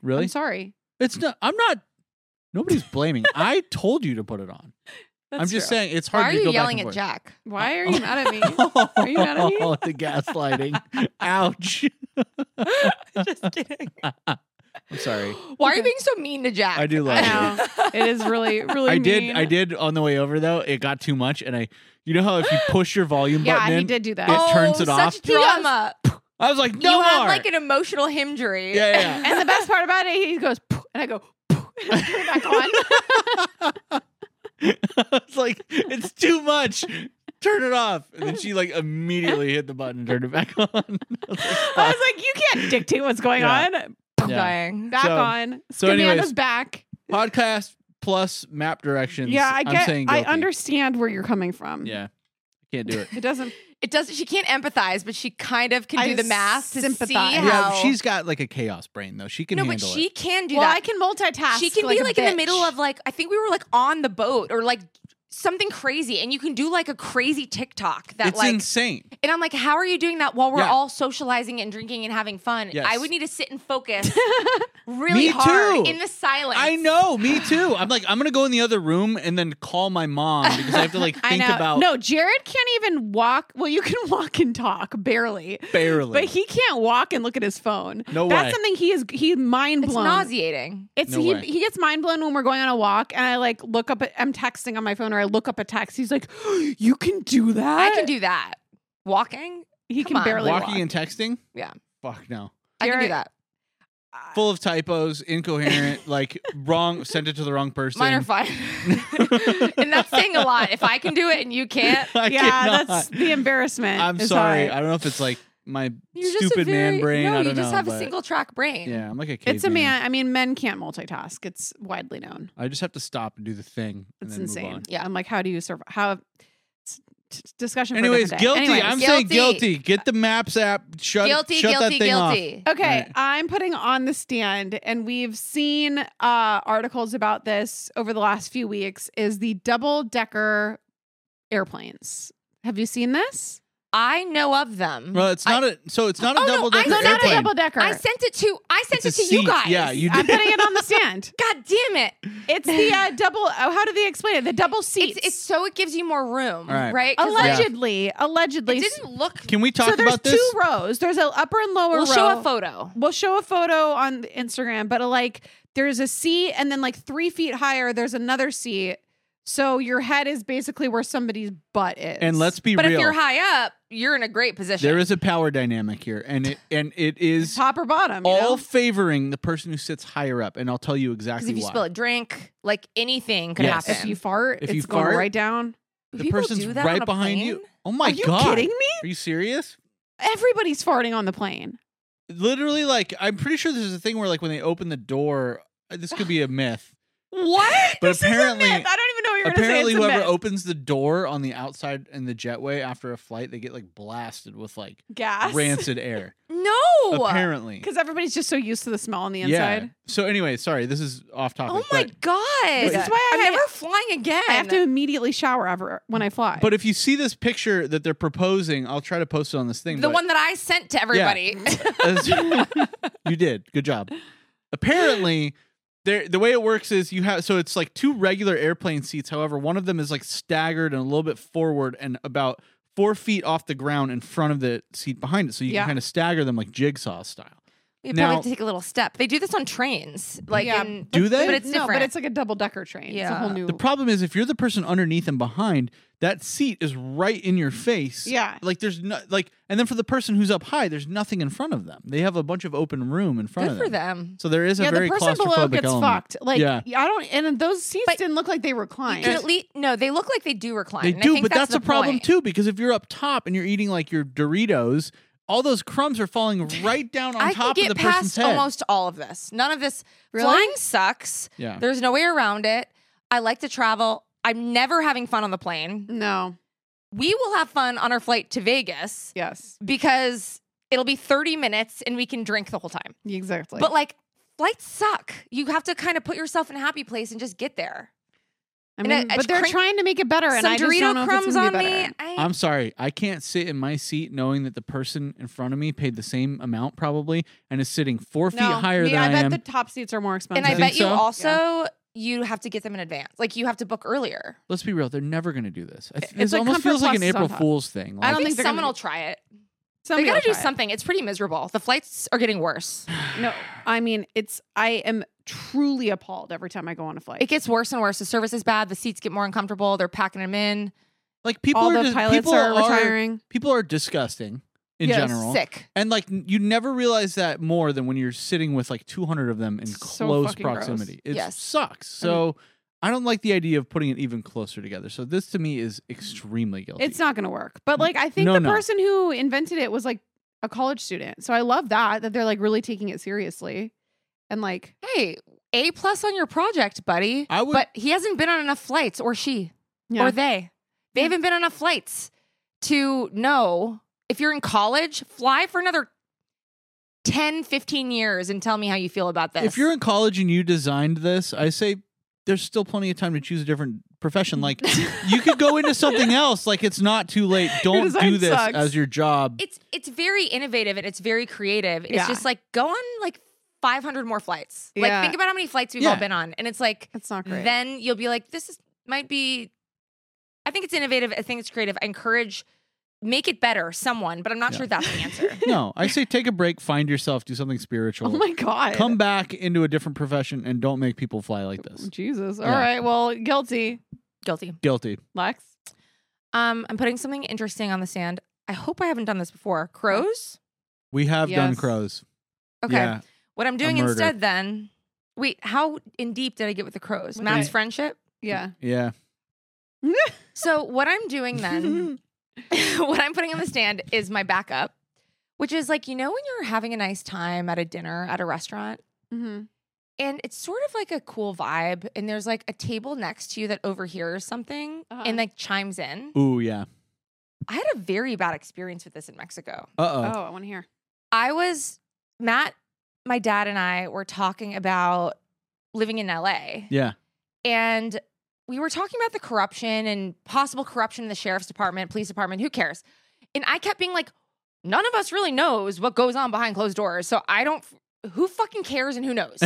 really?
I'm sorry.
It's not. I'm not. Nobody's blaming. I told you to put it on.
That's
I'm just
true.
saying it's hard
Why are
to
you
go
yelling
back
at
and
Jack?
Why
<laughs>
are you mad at me?
forth.
Are you mad at me?
<laughs> Oh, the gaslighting. Ouch.
<laughs> just kidding.
<laughs> I'm sorry.
Why are you being so mean to Jack?
I do love
I know. It is really, really.
I did
mean.
I did on the way over though. It got too much and I you know how
<gasps>
if you push your volume
Yeah,
button
he
in,
did do that. Oh,
it turns it
Oh, such
off.
drama.
I was like, no
you
more.
have like an emotional hymn jury.
yeah, yeah.
And the best part about it, he goes, "Poof," and I go, "Poof," and I turn it back
<laughs>
on.
<laughs>
it's like it's too much. Turn it off. And then she like immediately hit the button and turned it back <laughs> on. I was like,
I was like, you can't dictate what's going
Yeah.
on.
<laughs> I'm
Yeah.
dying.
Back
So-
on.
so
Scamanda's
anyways-
back.
<laughs>
podcast plus map directions.
Yeah, I
I'm
get.
saying
I
guilty.
understand where you're coming from.
Yeah. Can't do it.
It doesn't.
It does. She can't empathize, but she kind of can
I
do the math to see
sympathize.
how.
Yeah,
she's got like a chaos brain though. She can
no, but
handle
she
it.
can do
well,
that.
I can multitask.
she can be like in the middle of like I think we were like on the boat or like something crazy, and you can do like a crazy TikTok that
It's
like.
insane.
And I'm like, how are you doing that while we're
Yeah.
all socializing and drinking and having fun?
Yes.
I would need to sit and focus really
Me
hard
too.
in the silence.
I know, me too. I'm like, I'm gonna go in the other room and then call my mom because I have to
<laughs>
like
I
think
know.
about
no, Jared can't even walk. Well, you can <laughs> walk and talk barely,
barely.
but he can't walk and look at his phone.
No
That's
way.
something he is. He mind
It's
blown.
nauseating.
It's
No
he,
way.
he gets mind blown when we're going on a walk and I like look up at, I'm texting on my phone or I look up a text. He's like, <gasps> You can do that?
I can do that. Walking?
he
come
can
on.
barely walk.
Walking and texting.
Yeah. Uh,
Fuck no.
I can do
You're-
that.
Full of typos,
<laughs>
incoherent, like wrong. Sent it to the wrong person.
Mine are fine. and that's saying a lot. If I can do it and you
<laughs>
can't,
<laughs> I
yeah,
cannot.
that's the embarrassment.
I'm
is
sorry.
high.
I don't know if it's like my
you're just a
stupid
very,
man brain.
No,
I don't
you just
know,
have
but-
a single track brain.
Yeah, I'm like a.
It's a
caveman.
man. I mean, men can't multitask. It's widely known.
I just have to stop and do the thing. and
It's
then move
insane.
on.
Yeah. I'm like, how do you survive? How? it's t- Discussion. for a
Anyways,
different day.
guilty.
Anyways.
I'm saying
Guilty.
guilty. Get the Maps app. Shut.
Guilty,
shut that
guilty,
thing off.
guilty.
Okay,
Right.
I'm putting on the stand, and we've seen uh, articles about this over the last few weeks. Is the double decker airplanes? Have you seen this?
I know of them.
Well, it's not a so it's not a
Oh, no,
double decker
I-
No,
It's
not a
airplane.
double decker.
I sent it to I sent
It's
it
a
to you
seat.
guys.
Yeah, you
<laughs> I'm putting it on the
<laughs>
stand.
God damn it.
It's the uh, double. Oh, how do they explain it? The double seats.
It's, it's so it gives you more room,
All right.
right? 'Cause, like,
allegedly, allegedly.
it didn't look
Can we talk
so there's
about this?
two rows. There's an upper and lower
We'll
row.
show a photo.
We'll show a photo on Instagram, but uh, like there's a seat, and then like three feet higher, there's another seat. So your head is basically where somebody's butt is.
and let's be
But
real.
if you're high up, you're in a great position. <laughs>
there is a power dynamic here, and it and it is
top or bottom. you
all
know?
favoring the person who sits higher up. And I'll tell you
because
exactly
if you
why.
spill a drink, like anything could
Yes.
happen.
If you fart,
If
it's
you
going
fart-
right down.
the
People
person's
do that
right
on a
behind you.
plane?
Oh my
Are you
god!
kidding me?
Are you serious?
Everybody's farting on the plane.
Literally, like I'm pretty sure there's a thing where like when they open the door, uh, this could be a myth.
What?
But
this
apparently-
is a myth. <laughs> I don't even know what you're going to say.
Apparently,
It's a
whoever
myth.
opens the door on the outside in the jetway after a flight, they get like blasted with like
gas <laughs>
rancid air.
No.
Apparently,
because everybody's just so used to the smell on the
yeah.
inside.
So anyway, sorry, this is off topic.
Oh my
but,
god.
This is why I-
am never flying again.
I have to immediately shower ever when I fly.
But if you see this picture that they're proposing, I'll try to post it on this thing.
the
but-
one that I sent to everybody.
<laughs>
As- <laughs> you did. Good job. Apparently, there the way it works is you have so it's like two regular airplane seats. However, one of them is like staggered and a little bit forward and about four feet off the ground in front of the seat behind it. So you
Yeah.
can kind of stagger them like jigsaw style.
You
Now-
probably have to take a little step. They do this on trains. Like
Yeah.
in,
Do they?
But it's
no,
different.
but it's like a double decker train. It's a
Yeah.
whole new.
The problem is if you're the person underneath and behind, that seat is right in your face.
Yeah.
Like there's no like and then for the person who's up high, there's nothing in front of them. They have a bunch of open room in front
good
of
for
them.
them.
So there is a
yeah,
very
the person below
claustrophobic
gets
element.
fucked. Like
Yeah.
I don't, and those seats
But
didn't look like they reclined.
You can at least no, they look like they do recline.
They
and I
do,
think
but that's,
the
a problem
point.
too because if you're up top and you're eating like your Doritos, all those crumbs are
<laughs>
falling right down on
I can
top
get
of the person's
past
head.
almost all of this. None of this
Really?
flying sucks.
yeah.
There's no way around it. I like to travel. I'm never having fun on the plane.
no.
We will have fun on our flight to Vegas
Yes.
because it'll be 30 minutes and we can drink the whole time.
Exactly.
but like flights suck. You have to kind of put yourself in a happy place and just get there.
I
and
mean,
a- a
but they're
crin-
trying to make it better, and
Some
I just don't know if
Dorito
it's
crumbs
gonna
on
be
me.
better.
I,
I'm sorry, I can't sit in my seat knowing that the person in front of me paid the same amount probably and is sitting four feet
No,
higher
me-
than
I,
I,
bet
am.
the top seats are more expensive.
and I
Think
bet you
so?
also you have to get them in advance. Like you have to book earlier.
Let's be real, they're never going to do this. I th-
It's
This
like
almost
Comfort
feels like an
Plus is on
April
top.
Fool's thing.
I
I,
Like,
don't
think
think they're
someone
gonna
will
do-
try it.
Somebody
they got
will
to do
try it.
something. It's pretty miserable. The flights are getting worse.
No, I mean it's. I am truly appalled every time I go on a flight.
It gets worse and worse. The service is bad. The seats get more uncomfortable. They're packing them in.
like people
All
are
the
just-
pilots
people
are retiring.
People are disgusting in
Yes,
general.
Sick.
And like n- you never realize that more than when you're sitting with like 200 of them in
So
close
fucking gross.
proximity. It
Yes.
sucks. So I, don't like the idea of putting it even closer together. So this to me is extremely guilty.
It's not going to work. But like, I think
No,
the
no.
person who invented it was like a college student. So I love that that they're like really taking it seriously, and like
Hey, A plus on your project, buddy.
I would-
but he hasn't been on enough flights, or she.
yeah.
or they. They haven't been on enough flights to know if you're in college, fly for another 10, 15 years and tell me how you feel about this.
If you're in college and you designed this, I say there's still plenty of time to choose a different
<laughs>
profession. Like you could go into something else. Like it's not too late. Don't
design
do this
sucks.
as your
<laughs>
job.
it's it's very innovative and it's very creative. It's
Yeah.
just like go on like 500 more flights.
Yeah.
Like think about how many flights we've
Yeah.
all been on and it's like
it's not great.
then you'll be like this is might be I think it's innovative. I think it's creative. I encourage make it better someone, but I'm not
Yeah.
sure that's the
<laughs>
answer.
no, I say take a break, find yourself, do something
oh
spiritual.
my god.
Come back into a different profession and don't make people fly like this.
Jesus. All
Yeah.
right. Well, guilty,
Guilty.
Guilty.
Lex.
Um, I'm putting something interesting on the stand. I hope I haven't done this before. Crows?
We have done
Yes.
crows.
Okay.
Yeah.
What I'm doing
murder.
instead then. Wait, how in deep did I get with the crows?
What
Matt's
did-
friendship?
Yeah.
Yeah.
So what I'm doing then, <laughs> what I'm putting on the stand is my backup, which is like, you know, when you're having a nice time at a dinner at a restaurant
hmm
and it's sort of like a cool vibe and there's like a table next to you that overhears something
Uh-huh.
and like chimes in.
Ooh, yeah.
I had a very bad experience with this in Mexico.
Oh,
Uh oh.
I want to hear.
I was Matt, my dad and I were talking about living in LA. <laughs>
Yeah.
And we were talking about the corruption and possible corruption in the sheriff's department, police department, who cares? And I kept being like, none of us really knows what goes on behind closed doors. So I don't who fucking cares and
<laughs>
who knows?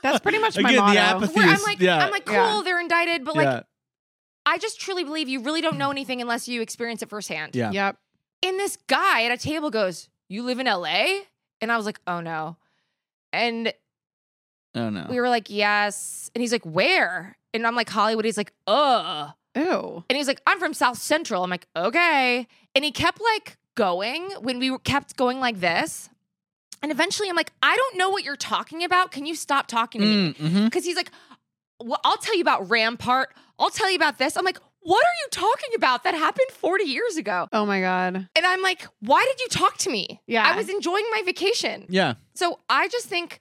That's pretty much my
Again, the
motto.
apathy-
Where I'm
Yes,
like,
yeah.
I'm like, cool,
Yeah.
they're indicted, but like
yeah.
I just truly believe you really don't know anything unless you experience it firsthand.
Yeah.
Yep.
And this guy at a table goes, You live in LA? And I was like, Oh no. And
Oh no.
we were like, Yes. And he's like, Where? And I'm like, Hollywood. He's like, Ugh.
Ew.
And he's like, I'm from South Central. I'm like, Okay. And he kept like going when we were- kept going like this. And eventually I'm like, I don't know what you're talking about. Can you stop talking to me?
Mm, mhm.
Because he's like, well, I'll tell you about Rampart. I'll tell you about this. I'm like, What are you talking about? That happened 40 years ago.
Oh my God.
And I'm like, Why did you talk to me?
Yeah.
I was enjoying my vacation.
Yeah.
So I just think,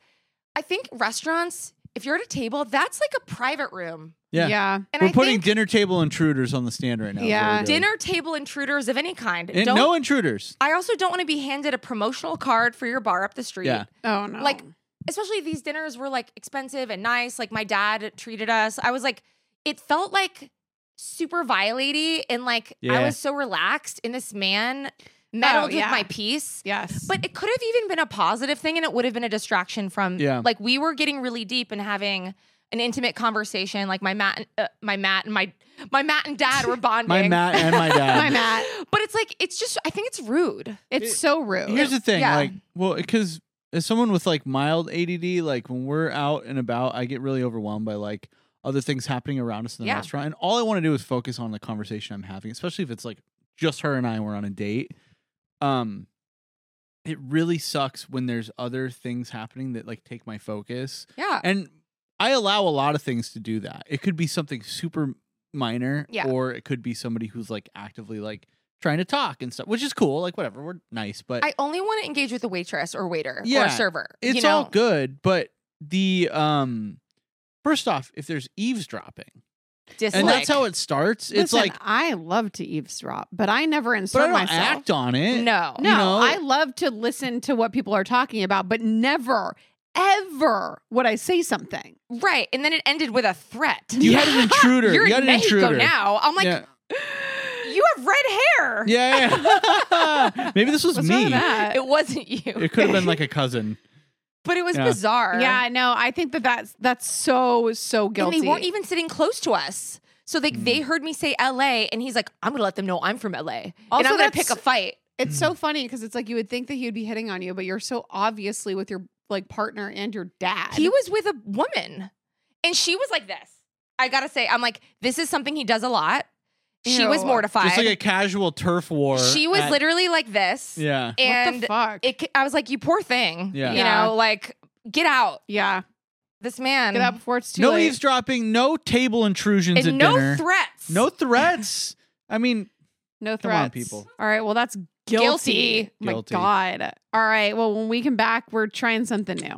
I think restaurants, if you're at a table, that's like a private room.
Yeah.
Yeah.
And
We're
I
putting
think
dinner table intruders on the stand right now. is what
Yeah.
we're doing.
dinner table intruders of any kind.
And
don't,
no intruders.
I also don't want to be handed a promotional card for your bar up the street.
Yeah.
Oh no.
Like, especially these dinners were like expensive and nice. Like my dad treated us. I was like, it felt like super violaty and like I
Yeah.
was so relaxed. And this man meddled
Oh, yeah.
with my peace.
yes.
But it could have even been a positive thing and it would have been a distraction from
Yeah.
like we were getting really deep and having an intimate conversation like my Matt and, uh, my Matt and my my Matt and dad were
<laughs>
bonding.
My Matt and
<laughs>
my dad.
my Matt.
But it's like it's just I think it's rude.
It's so rude.
Oh, Here's the thing,
Yeah.
like, well, because as someone with like mild ADD, like when we're out and about, I get really overwhelmed by like other things happening around us in the
Yeah.
restaurant, and all I want to do is focus on the conversation I'm having, especially if it's like just her and I were on a date. Um, it really sucks when there's other things happening that like take my focus,
Yeah.
and I allow a lot of things to do that. It could be something super minor,
Yeah.
or it could be somebody who's like actively like trying to talk and stuff, which is cool. Like whatever, we're nice, but
I only want to engage with a waitress or waiter or
Yeah.
a server.
it's
you know?
all good. But the um, first off, if there's eavesdropping,
Dislike.
and that's how it starts. it's
Listen,
like,
I love to eavesdrop, but I never
but I
insert
don't
myself.
act on it.
No.
No,
you know?
I love to listen to what people are talking about, but never, ever would I say something.
Right. And then it ended with a threat.
You had an intruder.
<laughs> You're
you
in
had an
Mexico
intruder.
now. I'm like,
yeah,
<gasps> you have red hair.
yeah.
<laughs>
yeah. Maybe this was
What's wrong
me.
with that?
It wasn't you.
It could have been
<laughs>
like a cousin.
but it was
Yeah.
bizarre.
Yeah, no, I think that that's that's so so guilty.
And they weren't even sitting close to us. So like
Mm.
they heard me say LA and he's like, I'm gonna let them know I'm from LA. and
Also,
I'm gonna
that's-
pick a fight.
it's
Mm.
so funny because it's like you would think that he would be hitting on you, but you're so obviously with your like partner and your dad.
He was with a woman and she was like this. I gotta say, I'm like, this is something he does a lot. She was
Ew.
mortified.
Just like a casual turf war.
she was
at-
literally like this.
Yeah.
what
And
the fuck?
it, ca- I was like, you poor thing.
Yeah.
You
Yeah.
know, like, get out.
yeah,
This man.
get out before it's too
No
late.
eavesdropping. No table intrusions at
And no
dinner.
threats.
no threats. I mean,
No
Come
threats.
on, people.
All right. Well, that's guilty.
Guilty.
My
Guilty.
God. All right. Well, when we come back, we're trying something new.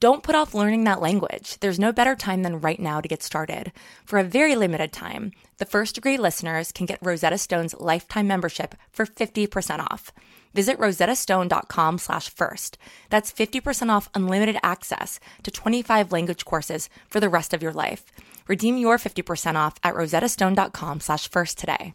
Don't put off learning that language. There's no better time than right now to get started. For a very limited time, the first degree listeners can get Rosetta Stone's lifetime membership for 50% off. Visit rosettastone.com slash first. That's 50% off unlimited access to 25 language courses for the rest of your life. Redeem your 50% off at rosettastone.com slash first today.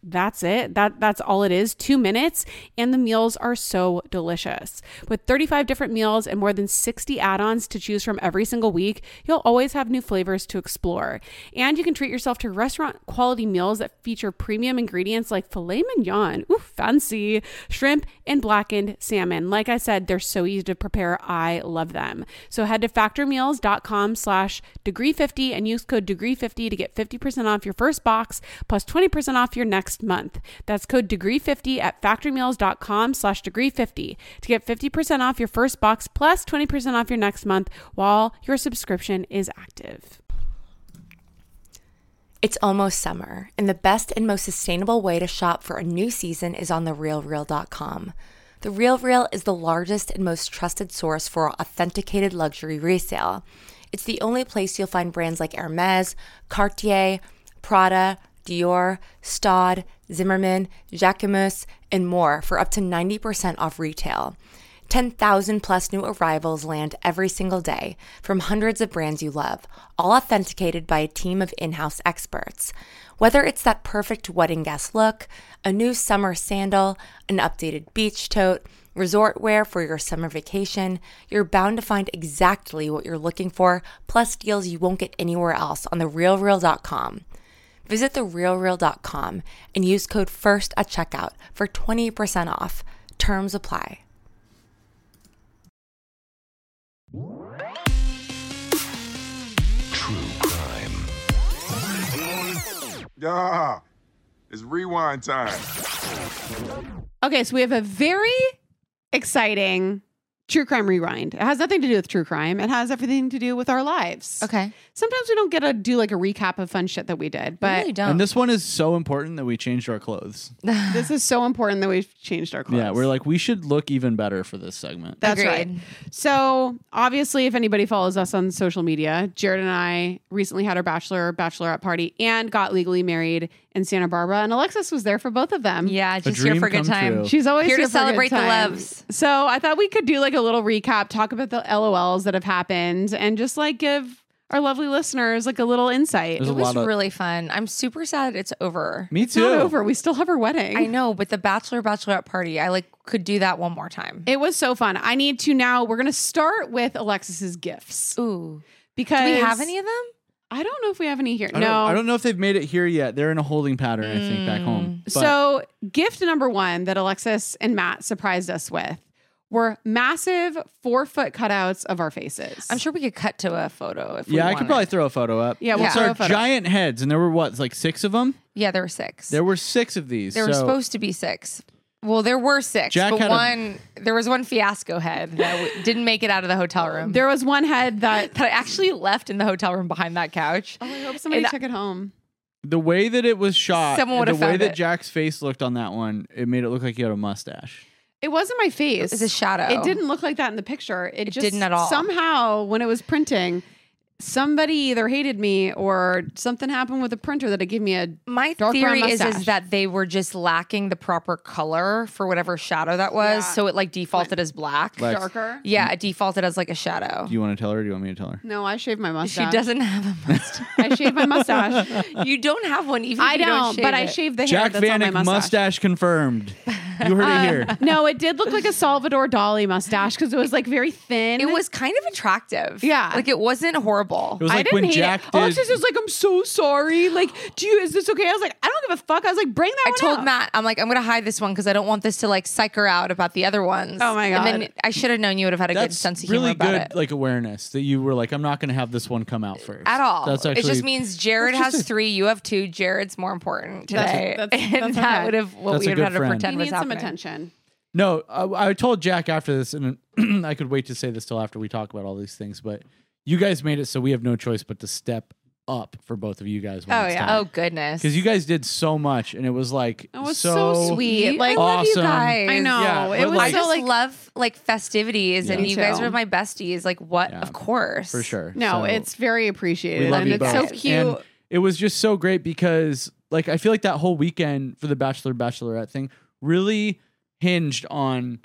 that's it. That that's all it is. 2 minutes and the meals are so delicious. With 35 different meals and more than 60 add-ons to choose from every single week, you'll always have new flavors to explore. And you can treat yourself to restaurant quality meals that feature premium ingredients like filet mignon, ooh fancy, shrimp and blackened salmon. Like I said, they're so easy to prepare. I love them. So head to factormeals.com/degree50 and use code degree50 to get 50% off your first box plus 20% off your next month. That's code degree50 at factormeals.com slash degree50 to get 50% off your first box plus 20% off your next month while your subscription is active.
It's almost summer, and the best and most sustainable way to shop for a new season is on therealreal.com. The Real Real is the largest and most trusted source for authenticated luxury resale. It's the only place you'll find brands like Hermes, Cartier, Prada, Dior, Staud, Zimmerman, Jacquemus, and more for up to 90% off retail. 10,000 plus new arrivals land every single day from hundreds of brands you love, all authenticated by a team of in house experts. Whether it's that perfect wedding guest look, a new summer sandal, an updated beach tote, resort wear for your summer vacation, you're bound to find exactly what you're looking for, plus deals you won't get anywhere else on therealreal.com. Visit therealreal.com and use code FIRST at checkout for 20% off. Terms apply.
Yeah, it's rewind time.
Okay, so we have a very exciting true crime rewind. It has nothing to do with true crime. It has everything to do with our lives.
Okay.
Sometimes we don't get to do like a recap of fun shit that we did, but
really don't.
And this one is so important that we changed our clothes.
this is so important that we've changed our clothes.
Yeah, we're like, we should look even better for this segment.
That's right.
Agreed.
So obviously, if anybody follows us on social media, Jared and I recently had our bachelor bachelorette party and got legally married in Santa Barbara, and Alexis was there for both of them.
yeah, just
dream
here for a good
come
time.
true.
She's always
Here to
for a good
celebrate the
time.
loves.
So I thought we could do like a little recap, talk about the LOLs that have happened, and just like give our lovely listeners like a little insight.
There's
It
a
was
lot of-
really fun. I'm super sad it's over.
Me
It's
too.
not over. We still have her wedding.
I know, but the bachelor bachelorette party, I like could do that one more time.
It was so fun. I need to now. We're gonna start with Alexis's gifts
Ooh, do
because
we have any of them?
I don't know if we have any here.
I don't,
no,
I don't know if they've made it here yet. They're in a holding pattern, I think, back home. But
so, gift number one that Alexis and Matt surprised us with were massive four foot cutouts of our faces.
I'm sure we could cut to a photo if
yeah,
we
I could
wanted.
probably throw a photo up.
Yeah, we'll
it's
throw
our
a photo.
giant heads, and there were what, like six of them?
Yeah, there were six.
There were six of these.
There were
so-
supposed to be six. Well, there were six,
Jack
but
had a-
one there was one fiasco head that w- didn't make it out of the hotel room.
There was one head that
that I actually left in the hotel room behind that couch.
oh, I hope somebody
And-
took it home.
the way that it was shot,
Someone
the
would've
way
found
that
it.
Jack's face looked on that one, it made it look like he had a mustache.
It wasn't my face.
It was a shadow.
It didn't look like that in the picture. It,
It
just
didn't at all.
Somehow, when it was printing, somebody either hated me or something happened with the printer that it gave me a.
My
Dark brown
theory is
mustache.
is that they were just lacking the proper color for whatever shadow that was,
Yeah.
so it like defaulted as black.
Lex,
Darker?
Yeah, it defaulted as like a shadow.
do you want to tell her or do you want me to tell her?
No, I shaved my
she
mustache.
doesn't have a mustache.
<laughs> I shaved my mustache.
<laughs> you don't have one, even. if
I
you
don't,
shave
but I
it.
shaved the hair
Jack
that's on my
Vanek mustache confirmed. You heard it here.
no, it did look like a Salvador Dali mustache because it was like very thin.
It was kind of attractive.
Yeah.
like it wasn't horrible.
It was
I
like
didn't
when
hate
Jack
it.
did.
Alexis was like, "I'm so sorry. Like, do you? Is this okay?" I was like, "I don't give a fuck." I was like, "Bring that."
I
one
told
out."
Matt, I'm like, I'm gonna hide this one because I don't want this to like psych her out about the other ones.
Oh my
And
God.
then I should have known you would have had a good
that's
sense of
really
humor about
good,
it.
like awareness that you were like, I'm not going to have this one come out first
at all.
That's actually
it just means Jared
that's just
has
a-
three, you have two. Jared's more important
That's-
today,
that's- that's
<laughs> and that
okay.
would have what
That's
we
a
would
good
have had to
friend.
pretend
He
was
needs some
happening.
attention.
No, I, I told Jack after this, and <clears throat> I could wait to say this till after we talk about all these things. But you guys made it, so we have no choice but to step up for both of you guys. When
Oh
it's
yeah. Oh
time.
goodness.
because you guys did so much, and it was like
That was
so,
so sweet.
We-
like,
I love
awesome.
you guys.
I know
Yeah,
it
but
was
I
like-
so
just
like
love like festivities, and
Me
you guys
too.
are my besties. Like what?
Yeah,
of course,
for sure.
no,
So
it's very appreciated,
we love
and
you
it's
both.
so
guys.
cute.
And it was just so great because, like, I feel like that whole weekend for the Bachelor Bachelorette thing really hinged on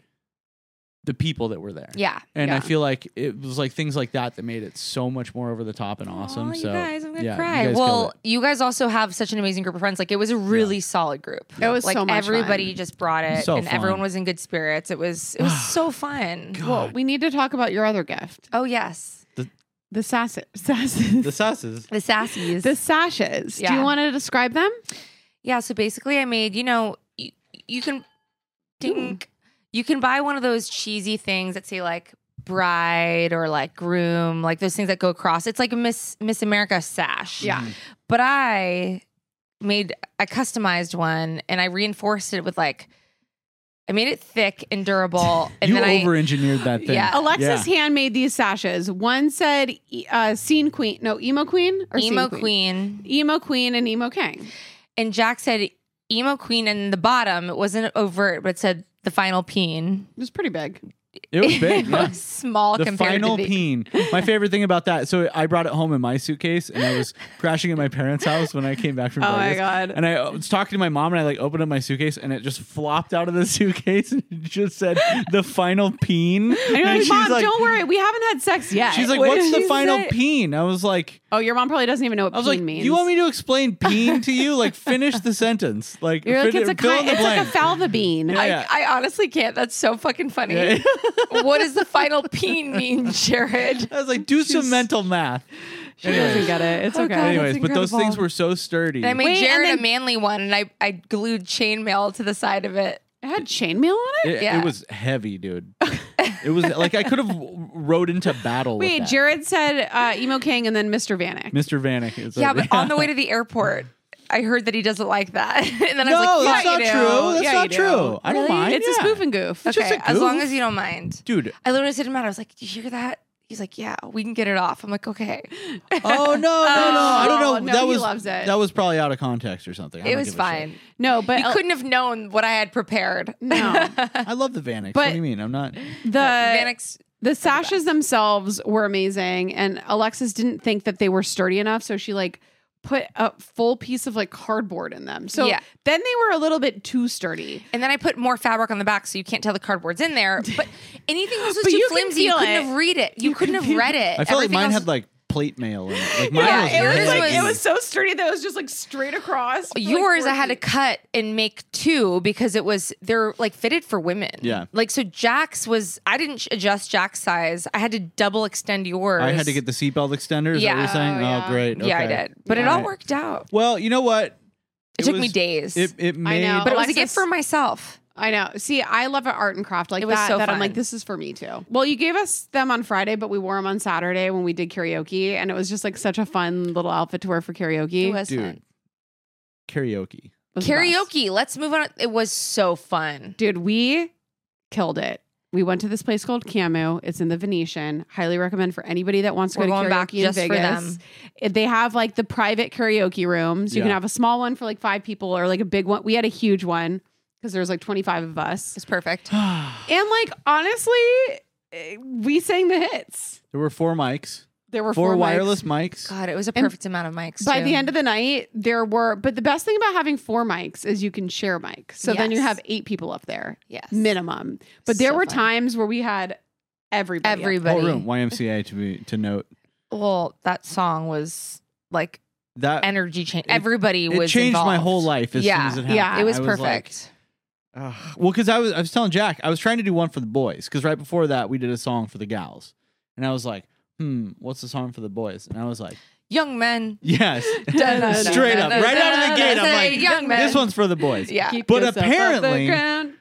the people that were there.
Yeah.
And I
Yeah.
feel like it was like things like that that made it so much more over the top and awesome.
Aw, you
so
guys, I'm gonna
yeah,
cry.
You guys killed
well,
it.
you guys also have such an amazing group of friends. Like it was a really solid group.
It was
like
so much
everybody
fun.
just brought it,
So
and
fun.
everyone was in good spirits. It
<sighs>
was it was so fun.
Well, we need to talk about your other gift,
Oh yes,
the sass- sashes. <laughs>
the sauces.
the sassies.
The sashes. Do you
Yeah.
want to describe them?
yeah. So basically, I made you know you, you can think you can buy one of those cheesy things that say like bride or like groom, like those things that go across. It's like a Miss Miss America sash.
Yeah.
but I made I customized one and I reinforced it with like I made it thick
<laughs>
and durable, and
you
then I
over engineered that thing.
Yeah.
Alexis
Yeah.
hand made these sashes. One said e- uh, scene queen, no emo queen or scene
emo queen.
emo queen, and emo king.
and Jack said emo queen, and the bottom it wasn't overt, but it said the final peen.
It was pretty big.
It was big.
<laughs> it
yeah.
was small
the
compared
final
to the
peen.
<laughs>
My favorite thing about that. So I brought it home in my suitcase, and I was crashing at my parents' house when I came back from.
Oh my
Vegas.
God.
And I uh, was talking to my mom, and I like opened up my suitcase, and it just flopped out of the <laughs> suitcase, and it just said the final peen.
And you're like,
she's
mom, don't worry, we haven't had sex yet.
She's like,
What
what's
did
the
she
final
say?
peen? I was like,
Oh, your mom probably doesn't even know what
I was
peen
like,
means.
you want me to explain peen to you? Like, finish the sentence. Like,
You're like,
fin-
it's a
fill in
kind,
the
it's like a
blank.
falva bean.
Yeah,
I,
yeah.
I honestly can't. That's so fucking funny.
Yeah. <laughs>
what does the final peen mean, Jared?
I was like, do some mental math.
She doesn't get it. It's
Oh,
okay.
God, that's
Anyways, but those
incredible.
things were so sturdy.
And I made
Wait, and
Jared
then-
a manly one, and I, I glued chainmail to the side of it.
It had chainmail on it.
It,
Yeah.
it was heavy,
<laughs>
dude. it was like I could have w- rode into battle. with
Wait,
that.
Jared said uh, emo king and then Mr. Vanek.
Mr. Vanek. Is
yeah,
over-
but on the way to the airport, I heard that he doesn't like that. <laughs> and then
no,
I was like,
that's
yeah,
not
you do.
true. That's
Yeah,
not
you do.
true. I don't
Really?
mind.
It's
Uh,
a
yeah.
spoof and goof.
It's just
okay,
a
as long
goof.
as you don't mind.
dude.
I literally said to Matt, I was like, "Did you hear that?" He's like, "Yeah, we can get it off." I'm like, "Okay."
<laughs> Oh no, no, no! I don't know.
no,
that
he
was
loves it.
that was probably out of context or something. I
it
don't
was
give a shit.
fine.
No, but uh,
You couldn't have known what I had prepared.
No,
I love the Vanek. What
But-
do you mean? I'm not.
the
Vanek's
the sashes themselves were amazing, and Alexis didn't think that they were sturdy enough, so she like put a full piece of like cardboard in them. So
Yeah.
then they were a little bit too sturdy.
And then I put more fabric on the back so you can't tell the cardboard's in there. <laughs> But anything else was
But
too
you can
flimsy. You
feel
couldn't
it.
have read it. You, couldn't have read it.
I feel like
Everything
mine
else-
had like plate mail in it. Like mine
Yeah,
was
it was
really
like- it
heavy.
was
so sturdy that it was just like straight across.
Yours, I had to cut and make two because it was they're like fitted for women.
Yeah.
Like so, Jack's was I didn't sh- adjust Jack's size. I had to double extend yours.
I had to get the seatbelt extender. Is that what
Yeah.
you're saying?
Oh,
Oh,
yeah.
great.
yeah, I
okay.
did, but it
All
all
right.
worked out.
Well, you know what?
It, took me days,
It it made
know.
but it was a
Alexis-
gift for myself.
I know. See, I love art and craft like
It was
that.
so
that
fun.
I'm like, this is for me too. Well, you gave us them on Friday, but we wore them on Saturday when we did karaoke, and it was just like such a fun little outfit to wear for karaoke.
It was
dude.
fun.
karaoke.
was the best.
Karaoke. Let's move on. It was so fun.
dude. We killed it. We went to this place called Camu. It's in the Venetian. Highly recommend for anybody that wants to
We're
go to
going
karaoke
back
in
just for
Vegas.
them.
It- They have like the private karaoke rooms. You can
Yeah.
have a small one for like five people or like a big one. We had a huge one because there was like 25 of us.
It was perfect.
And like honestly, eh, we sang the hits.
There were four mics,
There were
four,
four, mics.
wireless mics.
God, it was a
And
perfect amount of mics.
By
too.
the end of the night, there were. But the best thing about having four mics is you can share a mic. So then you
Yes.
have eight people up there
yes,
minimum. But there
So
were
fun.
times where we had everybody. up
everybody.
Whole room YMCA to be to note
Well, that song was like
that
energy change. Everybody
it
was
changed my
involved.
whole life as
yeah,
soon as it happened.
yeah,
it was
I like,
perfect.
ugh. well, because I was I was telling Jack I was trying to do one for the boys because right before that we did a song for the gals, and I was like, hmm, what's the song for the boys? And I was like,
Young men. <laughs>
yes,
Dun, dun,
straight
dun,
up,
dun,
right
dun,
out of the
dun,
gate,
dun,
I'm
dun,
like,
young men.
this one's for the boys.
Yeah.
Keep
But
yourself off the
apparently-
ground.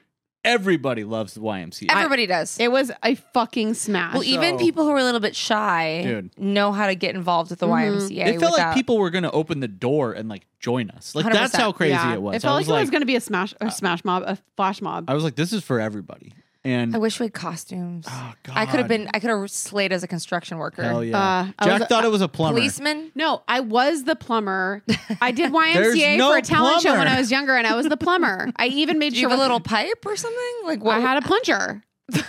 Everybody loves the YMCA.
Everybody does.
it was a fucking smash.
well, e- even
so-
people who are a little bit shy
Dude.
know how to get involved with the
Mhm.
YMCA.
it felt
without-
like people were going to open the door and like join us. Like that's
100%.
how crazy
Yeah.
it was.
It felt
I
like,
was Uh,
it was going to be a smash, a smash mob, a flash mob.
I was like, this is for everybody. And
I wish we had costumes.
Oh,
I could
God.
have been. I could have slayed as a construction worker.
hell yeah.
Uh, I
Jack
was-
thought it was a plumber.
Policeman.
no, I was the plumber. I did
<laughs> There's
YMCA
no
for a talent show when
plumber.
I was younger, and I was the plumber. I even made
Do
sure
you have
with-
a little pipe or something? Like what?
I had a plunger.
<laughs>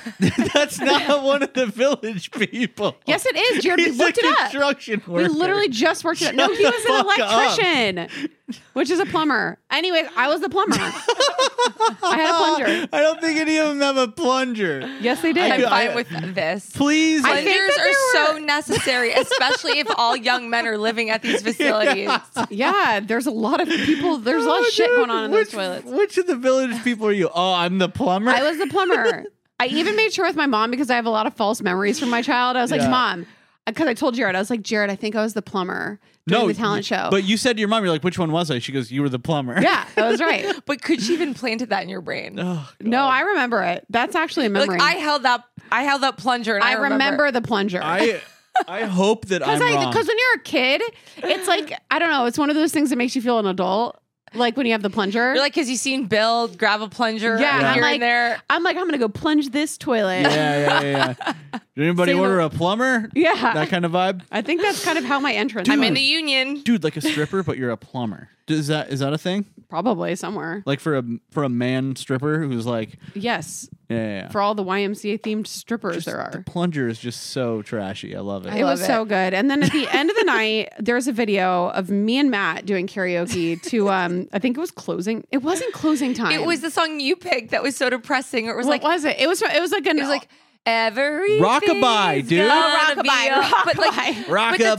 That's not <laughs> one of the village people.
Yes, it is. Jared, we
<laughs> He's a
looked it up.
construction
We
worker. <laughs>
literally just worked it out. No,
Shut
he
the
was an
fuck up.
electrician, which is a plumber. Anyways, I was the plumber. I had a plunger.
I don't think any of them have a plunger.
Yes, they did.
I'm
I-
fine with this.
Please,
I think
Plungers
that there <laughs>
are so necessary, <laughs> especially if all young men are living at these facilities.
yeah, there's a lot of people. There's a lot of
Oh,
shit
dude,
going on in
which,
those toilets.
Which of the village people are you? Oh, I'm the plumber.
I
<laughs>
was the plumber. I even made sure with my mom because I have a lot of false memories from my child. I was like,
Yeah.
Mom, because I told Jared, I was like, Jared, I think I was the plumber during the talent
you-
show.
But you said to your mom, you're like, which one was I? She goes, you were the plumber.
yeah, that was right.
But could she even planted that in your brain?
Oh,
No, I remember it. That's actually a memory.
Like I held that, I held that plunger, and I,
I remember the plunger.
<laughs> I I hope that
<laughs>
I'm
Because
wrong.
because when you're a kid, it's like I don't know. It's one of those things that makes you feel an adult. like when you have the plunger.
You're like, because you seen Bill grab a plunger
yeah,
yeah.
I'm
here
like,
and there.
I'm like, I'm gonna go plunge this toilet.
yeah, yeah, yeah, yeah. Did anybody
Same
order a plumber?
Yeah.
that kind of vibe.
I think that's kind of how my entrance.
I'm in
was.
the union.
Dude, like a stripper, but you're a plumber. Is that is that a thing?
probably somewhere.
Like for a for a man stripper who's like,
Yes,
yeah, yeah, yeah.
for all the YMCA themed strippers
Just-
there
The
are.
plunger is just so trashy. I love it.
it was
love
so good. And then at the end of the night, <laughs> there's a video of me and Matt doing karaoke to um I think it was closing. It wasn't closing time.
It was the song you picked that was so depressing. It was
what
like,
was it? It was it was like an,
it was like every
Rockabye, dude.
Oh, rockabye,
But like, But the, the part
Rockabye.
of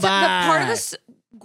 the s-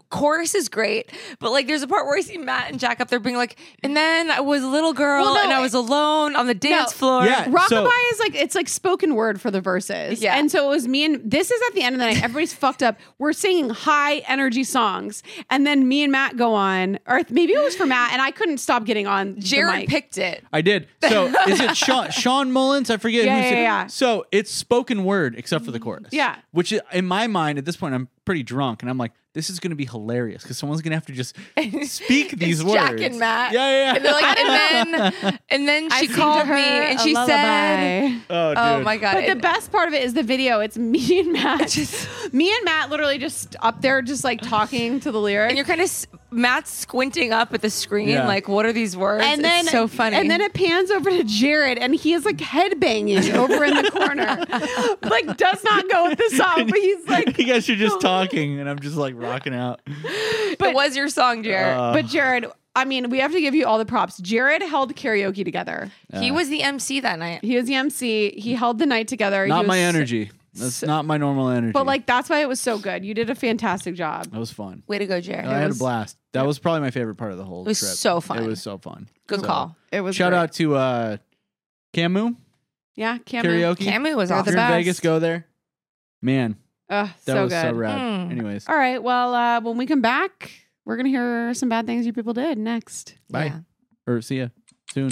chorus is great, but like, there's a part where I see Matt and Jack up there being like, and then I was a little girl
Well, no,
and I
it-
was alone on the dance floor.
Yeah,
Rockabye
so-
is like it's like spoken word for the verses.
Yeah.
And so it was me and this is at the end of the night.
<laughs>
Everybody's fucked up. We're singing high energy songs. And then me and Matt go on, or maybe it was for Matt, and I couldn't stop getting on. the
Jared
mic.
picked it.
I did.
<laughs>
So is it Sean Sean Mullins? I forget.
Yeah,
who
yeah,
said-
yeah.
So it's spoken word except for the chorus.
Yeah.
Which i- in my mind at this point I'm pretty drunk and I'm like, this is gonna be hilarious because someone's gonna have to
<laughs>
just speak these
It's
words.
Jack and Matt.
Yeah, yeah. yeah.
And
<laughs>
they're like, and then and then she
sing to
called
her
me and
a
she said,
lullaby.
oh,
"Oh
dude.
my god!"
But the best part of it is the video. It's me
<laughs>
and Matt. me and Matt literally just up there, just like talking to the lyrics.
and you're kind of s- Matt's squinting up at the screen,
Yeah.
like, "What are these words?"
and then
it's so funny.
And then it pans over to Jared, and he is like headbanging over in the <laughs> corner, like does not go with the song, <laughs> but he's like.
you guys are just talking and I'm just like rocking out. Uh,
it was your song, Jared.
But Jared, I mean, we have to give you all the props. Jared held karaoke together.
he was the MC that night.
He was the MC. He held the night together. He
Not
was-
my energy. That's not my normal energy.
But like that's why it was so good. You did a fantastic job.
that was fun.
Way to go, Jared.
I had a blast. That was probably my favorite part of the whole
It was
trip.
so fun.
It was so fun.
Good
So,
call.
It was
Shout
great.
out to uh Camu
Yeah, Camu.
karaoke.
Camu was
You're
If
awesome.
you're in
best.
Vegas, go there. Man,
Ugh,
that
so
was
good.
so rad.
Mm.
Anyways,
All right. Well, uh, when we come back, we're gonna hear some bad things you people did next.
bye
Yeah.
or see ya soon.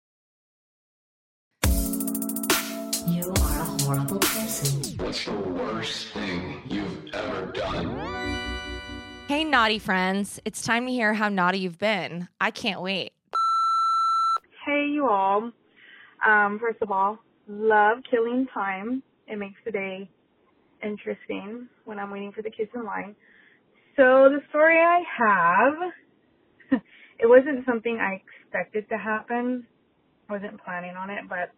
You are a horrible person.
Hey, naughty friends. It's time to hear how naughty you've been. I can't wait.
Hey, you all. Um, first of all, love killing time. It makes the day interesting when I'm waiting for the kids in line. So the story I have, <laughs> it wasn't something I expected to happen. I wasn't planning on it, but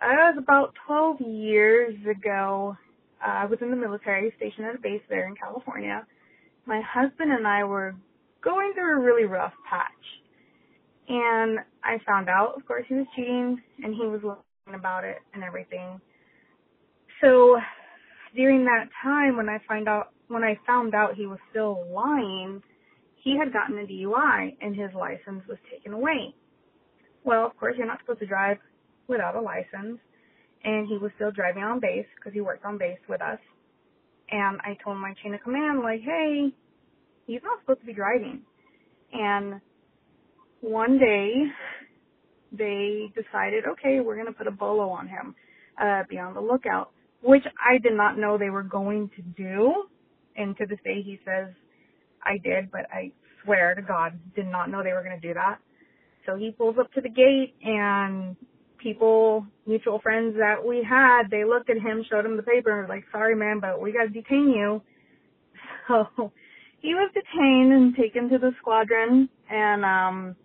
I was about 12 years ago. Uh, I was in the military, stationed at a base there in California. My husband and I were going through a really rough patch and I found out, of course, he was cheating, and he was lying about it and everything. So during that time, when I find out, when I found out he was still lying, he had gotten a DUI, and his license was taken away. Well, of course, you're not supposed to drive without a license, and he was still driving on base because he worked on base with us. And I told my chain of command, like, hey, he's not supposed to be driving. And one day they decided, okay, we're going to put a bolo on him, uh, be on the lookout, which I did not know they were going to do. And to this day, he says, I did, but I swear to God, did not know they were going to do that. So he pulls up to the gate and people, mutual friends that we had, they looked at him, showed him the paper, and were like, sorry, man, but we got to detain you. <laughs> So he was detained and taken to the squadron and um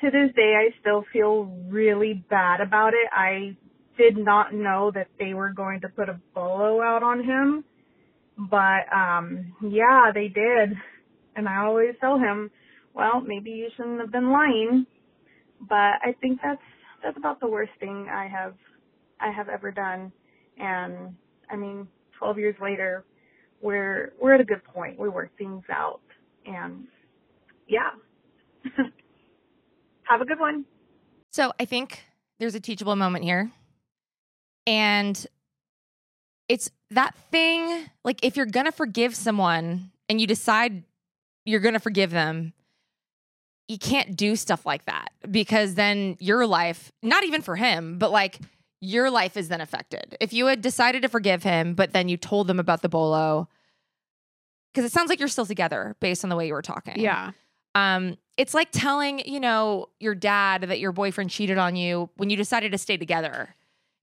to this day I still feel really bad about it. I did not know that they were going to put a bolo out on him. But um yeah, they did. And I always tell him, Well, maybe you shouldn't have been lying but I think that's that's about the worst thing I have I have ever done. And I mean, 12 years later, we're we're at a good point. We work things out, and yeah, have a good one.
So I think there's a teachable moment here. And it's that thing like if you're going to forgive someone and you decide you're going to forgive them, you can't do stuff like that because then your life, not even for him, but like your life is then affected. If you had decided to forgive him, but then you told them about the bolo, because it sounds like you're still together based on the way you were talking.
Yeah.
Um, it's like telling, you know, your dad that your boyfriend cheated on you when you decided to stay together.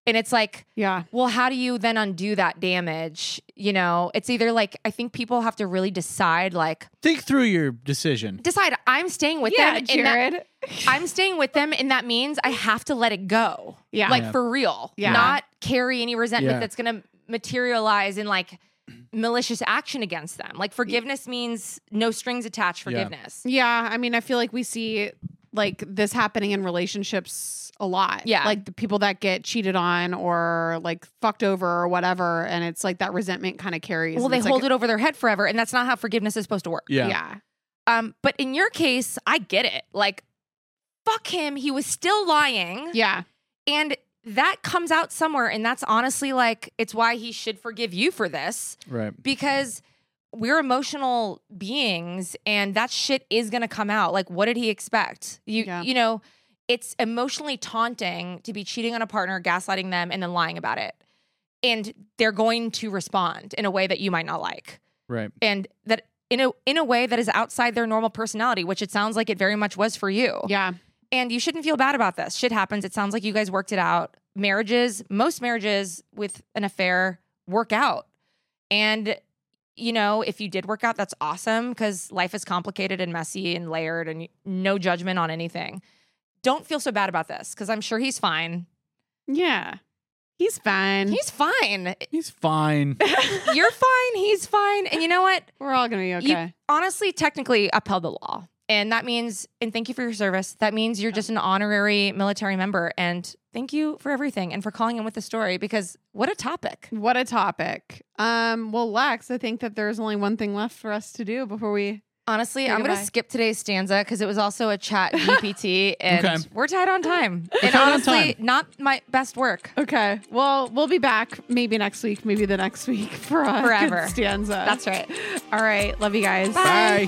And it's like,
yeah.
Well, how do you then undo that damage? You know, it's either like I think people have to really decide like
Think through your decision.
decide I'm staying with
Yeah,
them. and that- <laughs> I'm staying with them, and that means I have to let it go.
Yeah.
Like
Yeah.
for real.
Yeah.
Not carry any resentment
Yeah.
that's going to materialize in like malicious action against them. Like forgiveness means no strings attached forgiveness.
Yeah, I mean, I feel like we see like this happening in relationships a lot.
Yeah.
like the people that get cheated on or like fucked over or whatever, and it's like that resentment kind of carries.
Well,
and
they
it's
hold
like,
it over their head forever, and that's not how forgiveness is supposed to work.
Yeah. Yeah.
Um, but in your case, I get it. Like, fuck him. He was still lying.
Yeah.
And that comes out somewhere, and that's honestly like it's why he should forgive you for this.
Right.
because we're emotional beings and that shit is going to come out like what did he expect you you know it's emotionally taunting to be cheating on a partner gaslighting them and then lying about it and they're going to respond in a way that you might not like
Right.
and that in a in a way that is outside their normal personality which it sounds like it very much was for you
yeah
and you shouldn't feel bad about this shit happens it sounds like you guys worked it out marriages most marriages with an affair work out and you know if you did work out that's awesome because life is complicated and messy and layered and no judgment on anything don't feel so bad about this because i'm sure he's fine
yeah, he's fine.
he's fine
He's fine.
you're fine he's fine and you know what
we're all gonna be
you honestly technically upheld the law. And that means, and thank you for your service. That means you're just an honorary military member. And thank you for everything and for calling in with the story because what a topic.
What a topic. Um, well, Lex, I think that there's only one thing left for us to do before we.
Honestly,
Say
I'm going to
goodbye.
skip today's stanza because it was also a chat GPT and
Okay.
we're tied on time. And
tied on
honestly,
time.
not my best work.
Okay. Well, we'll be back maybe next week, maybe the next week for a
Forever.
good stanza.
That's right.
All right. Love you guys.
Bye.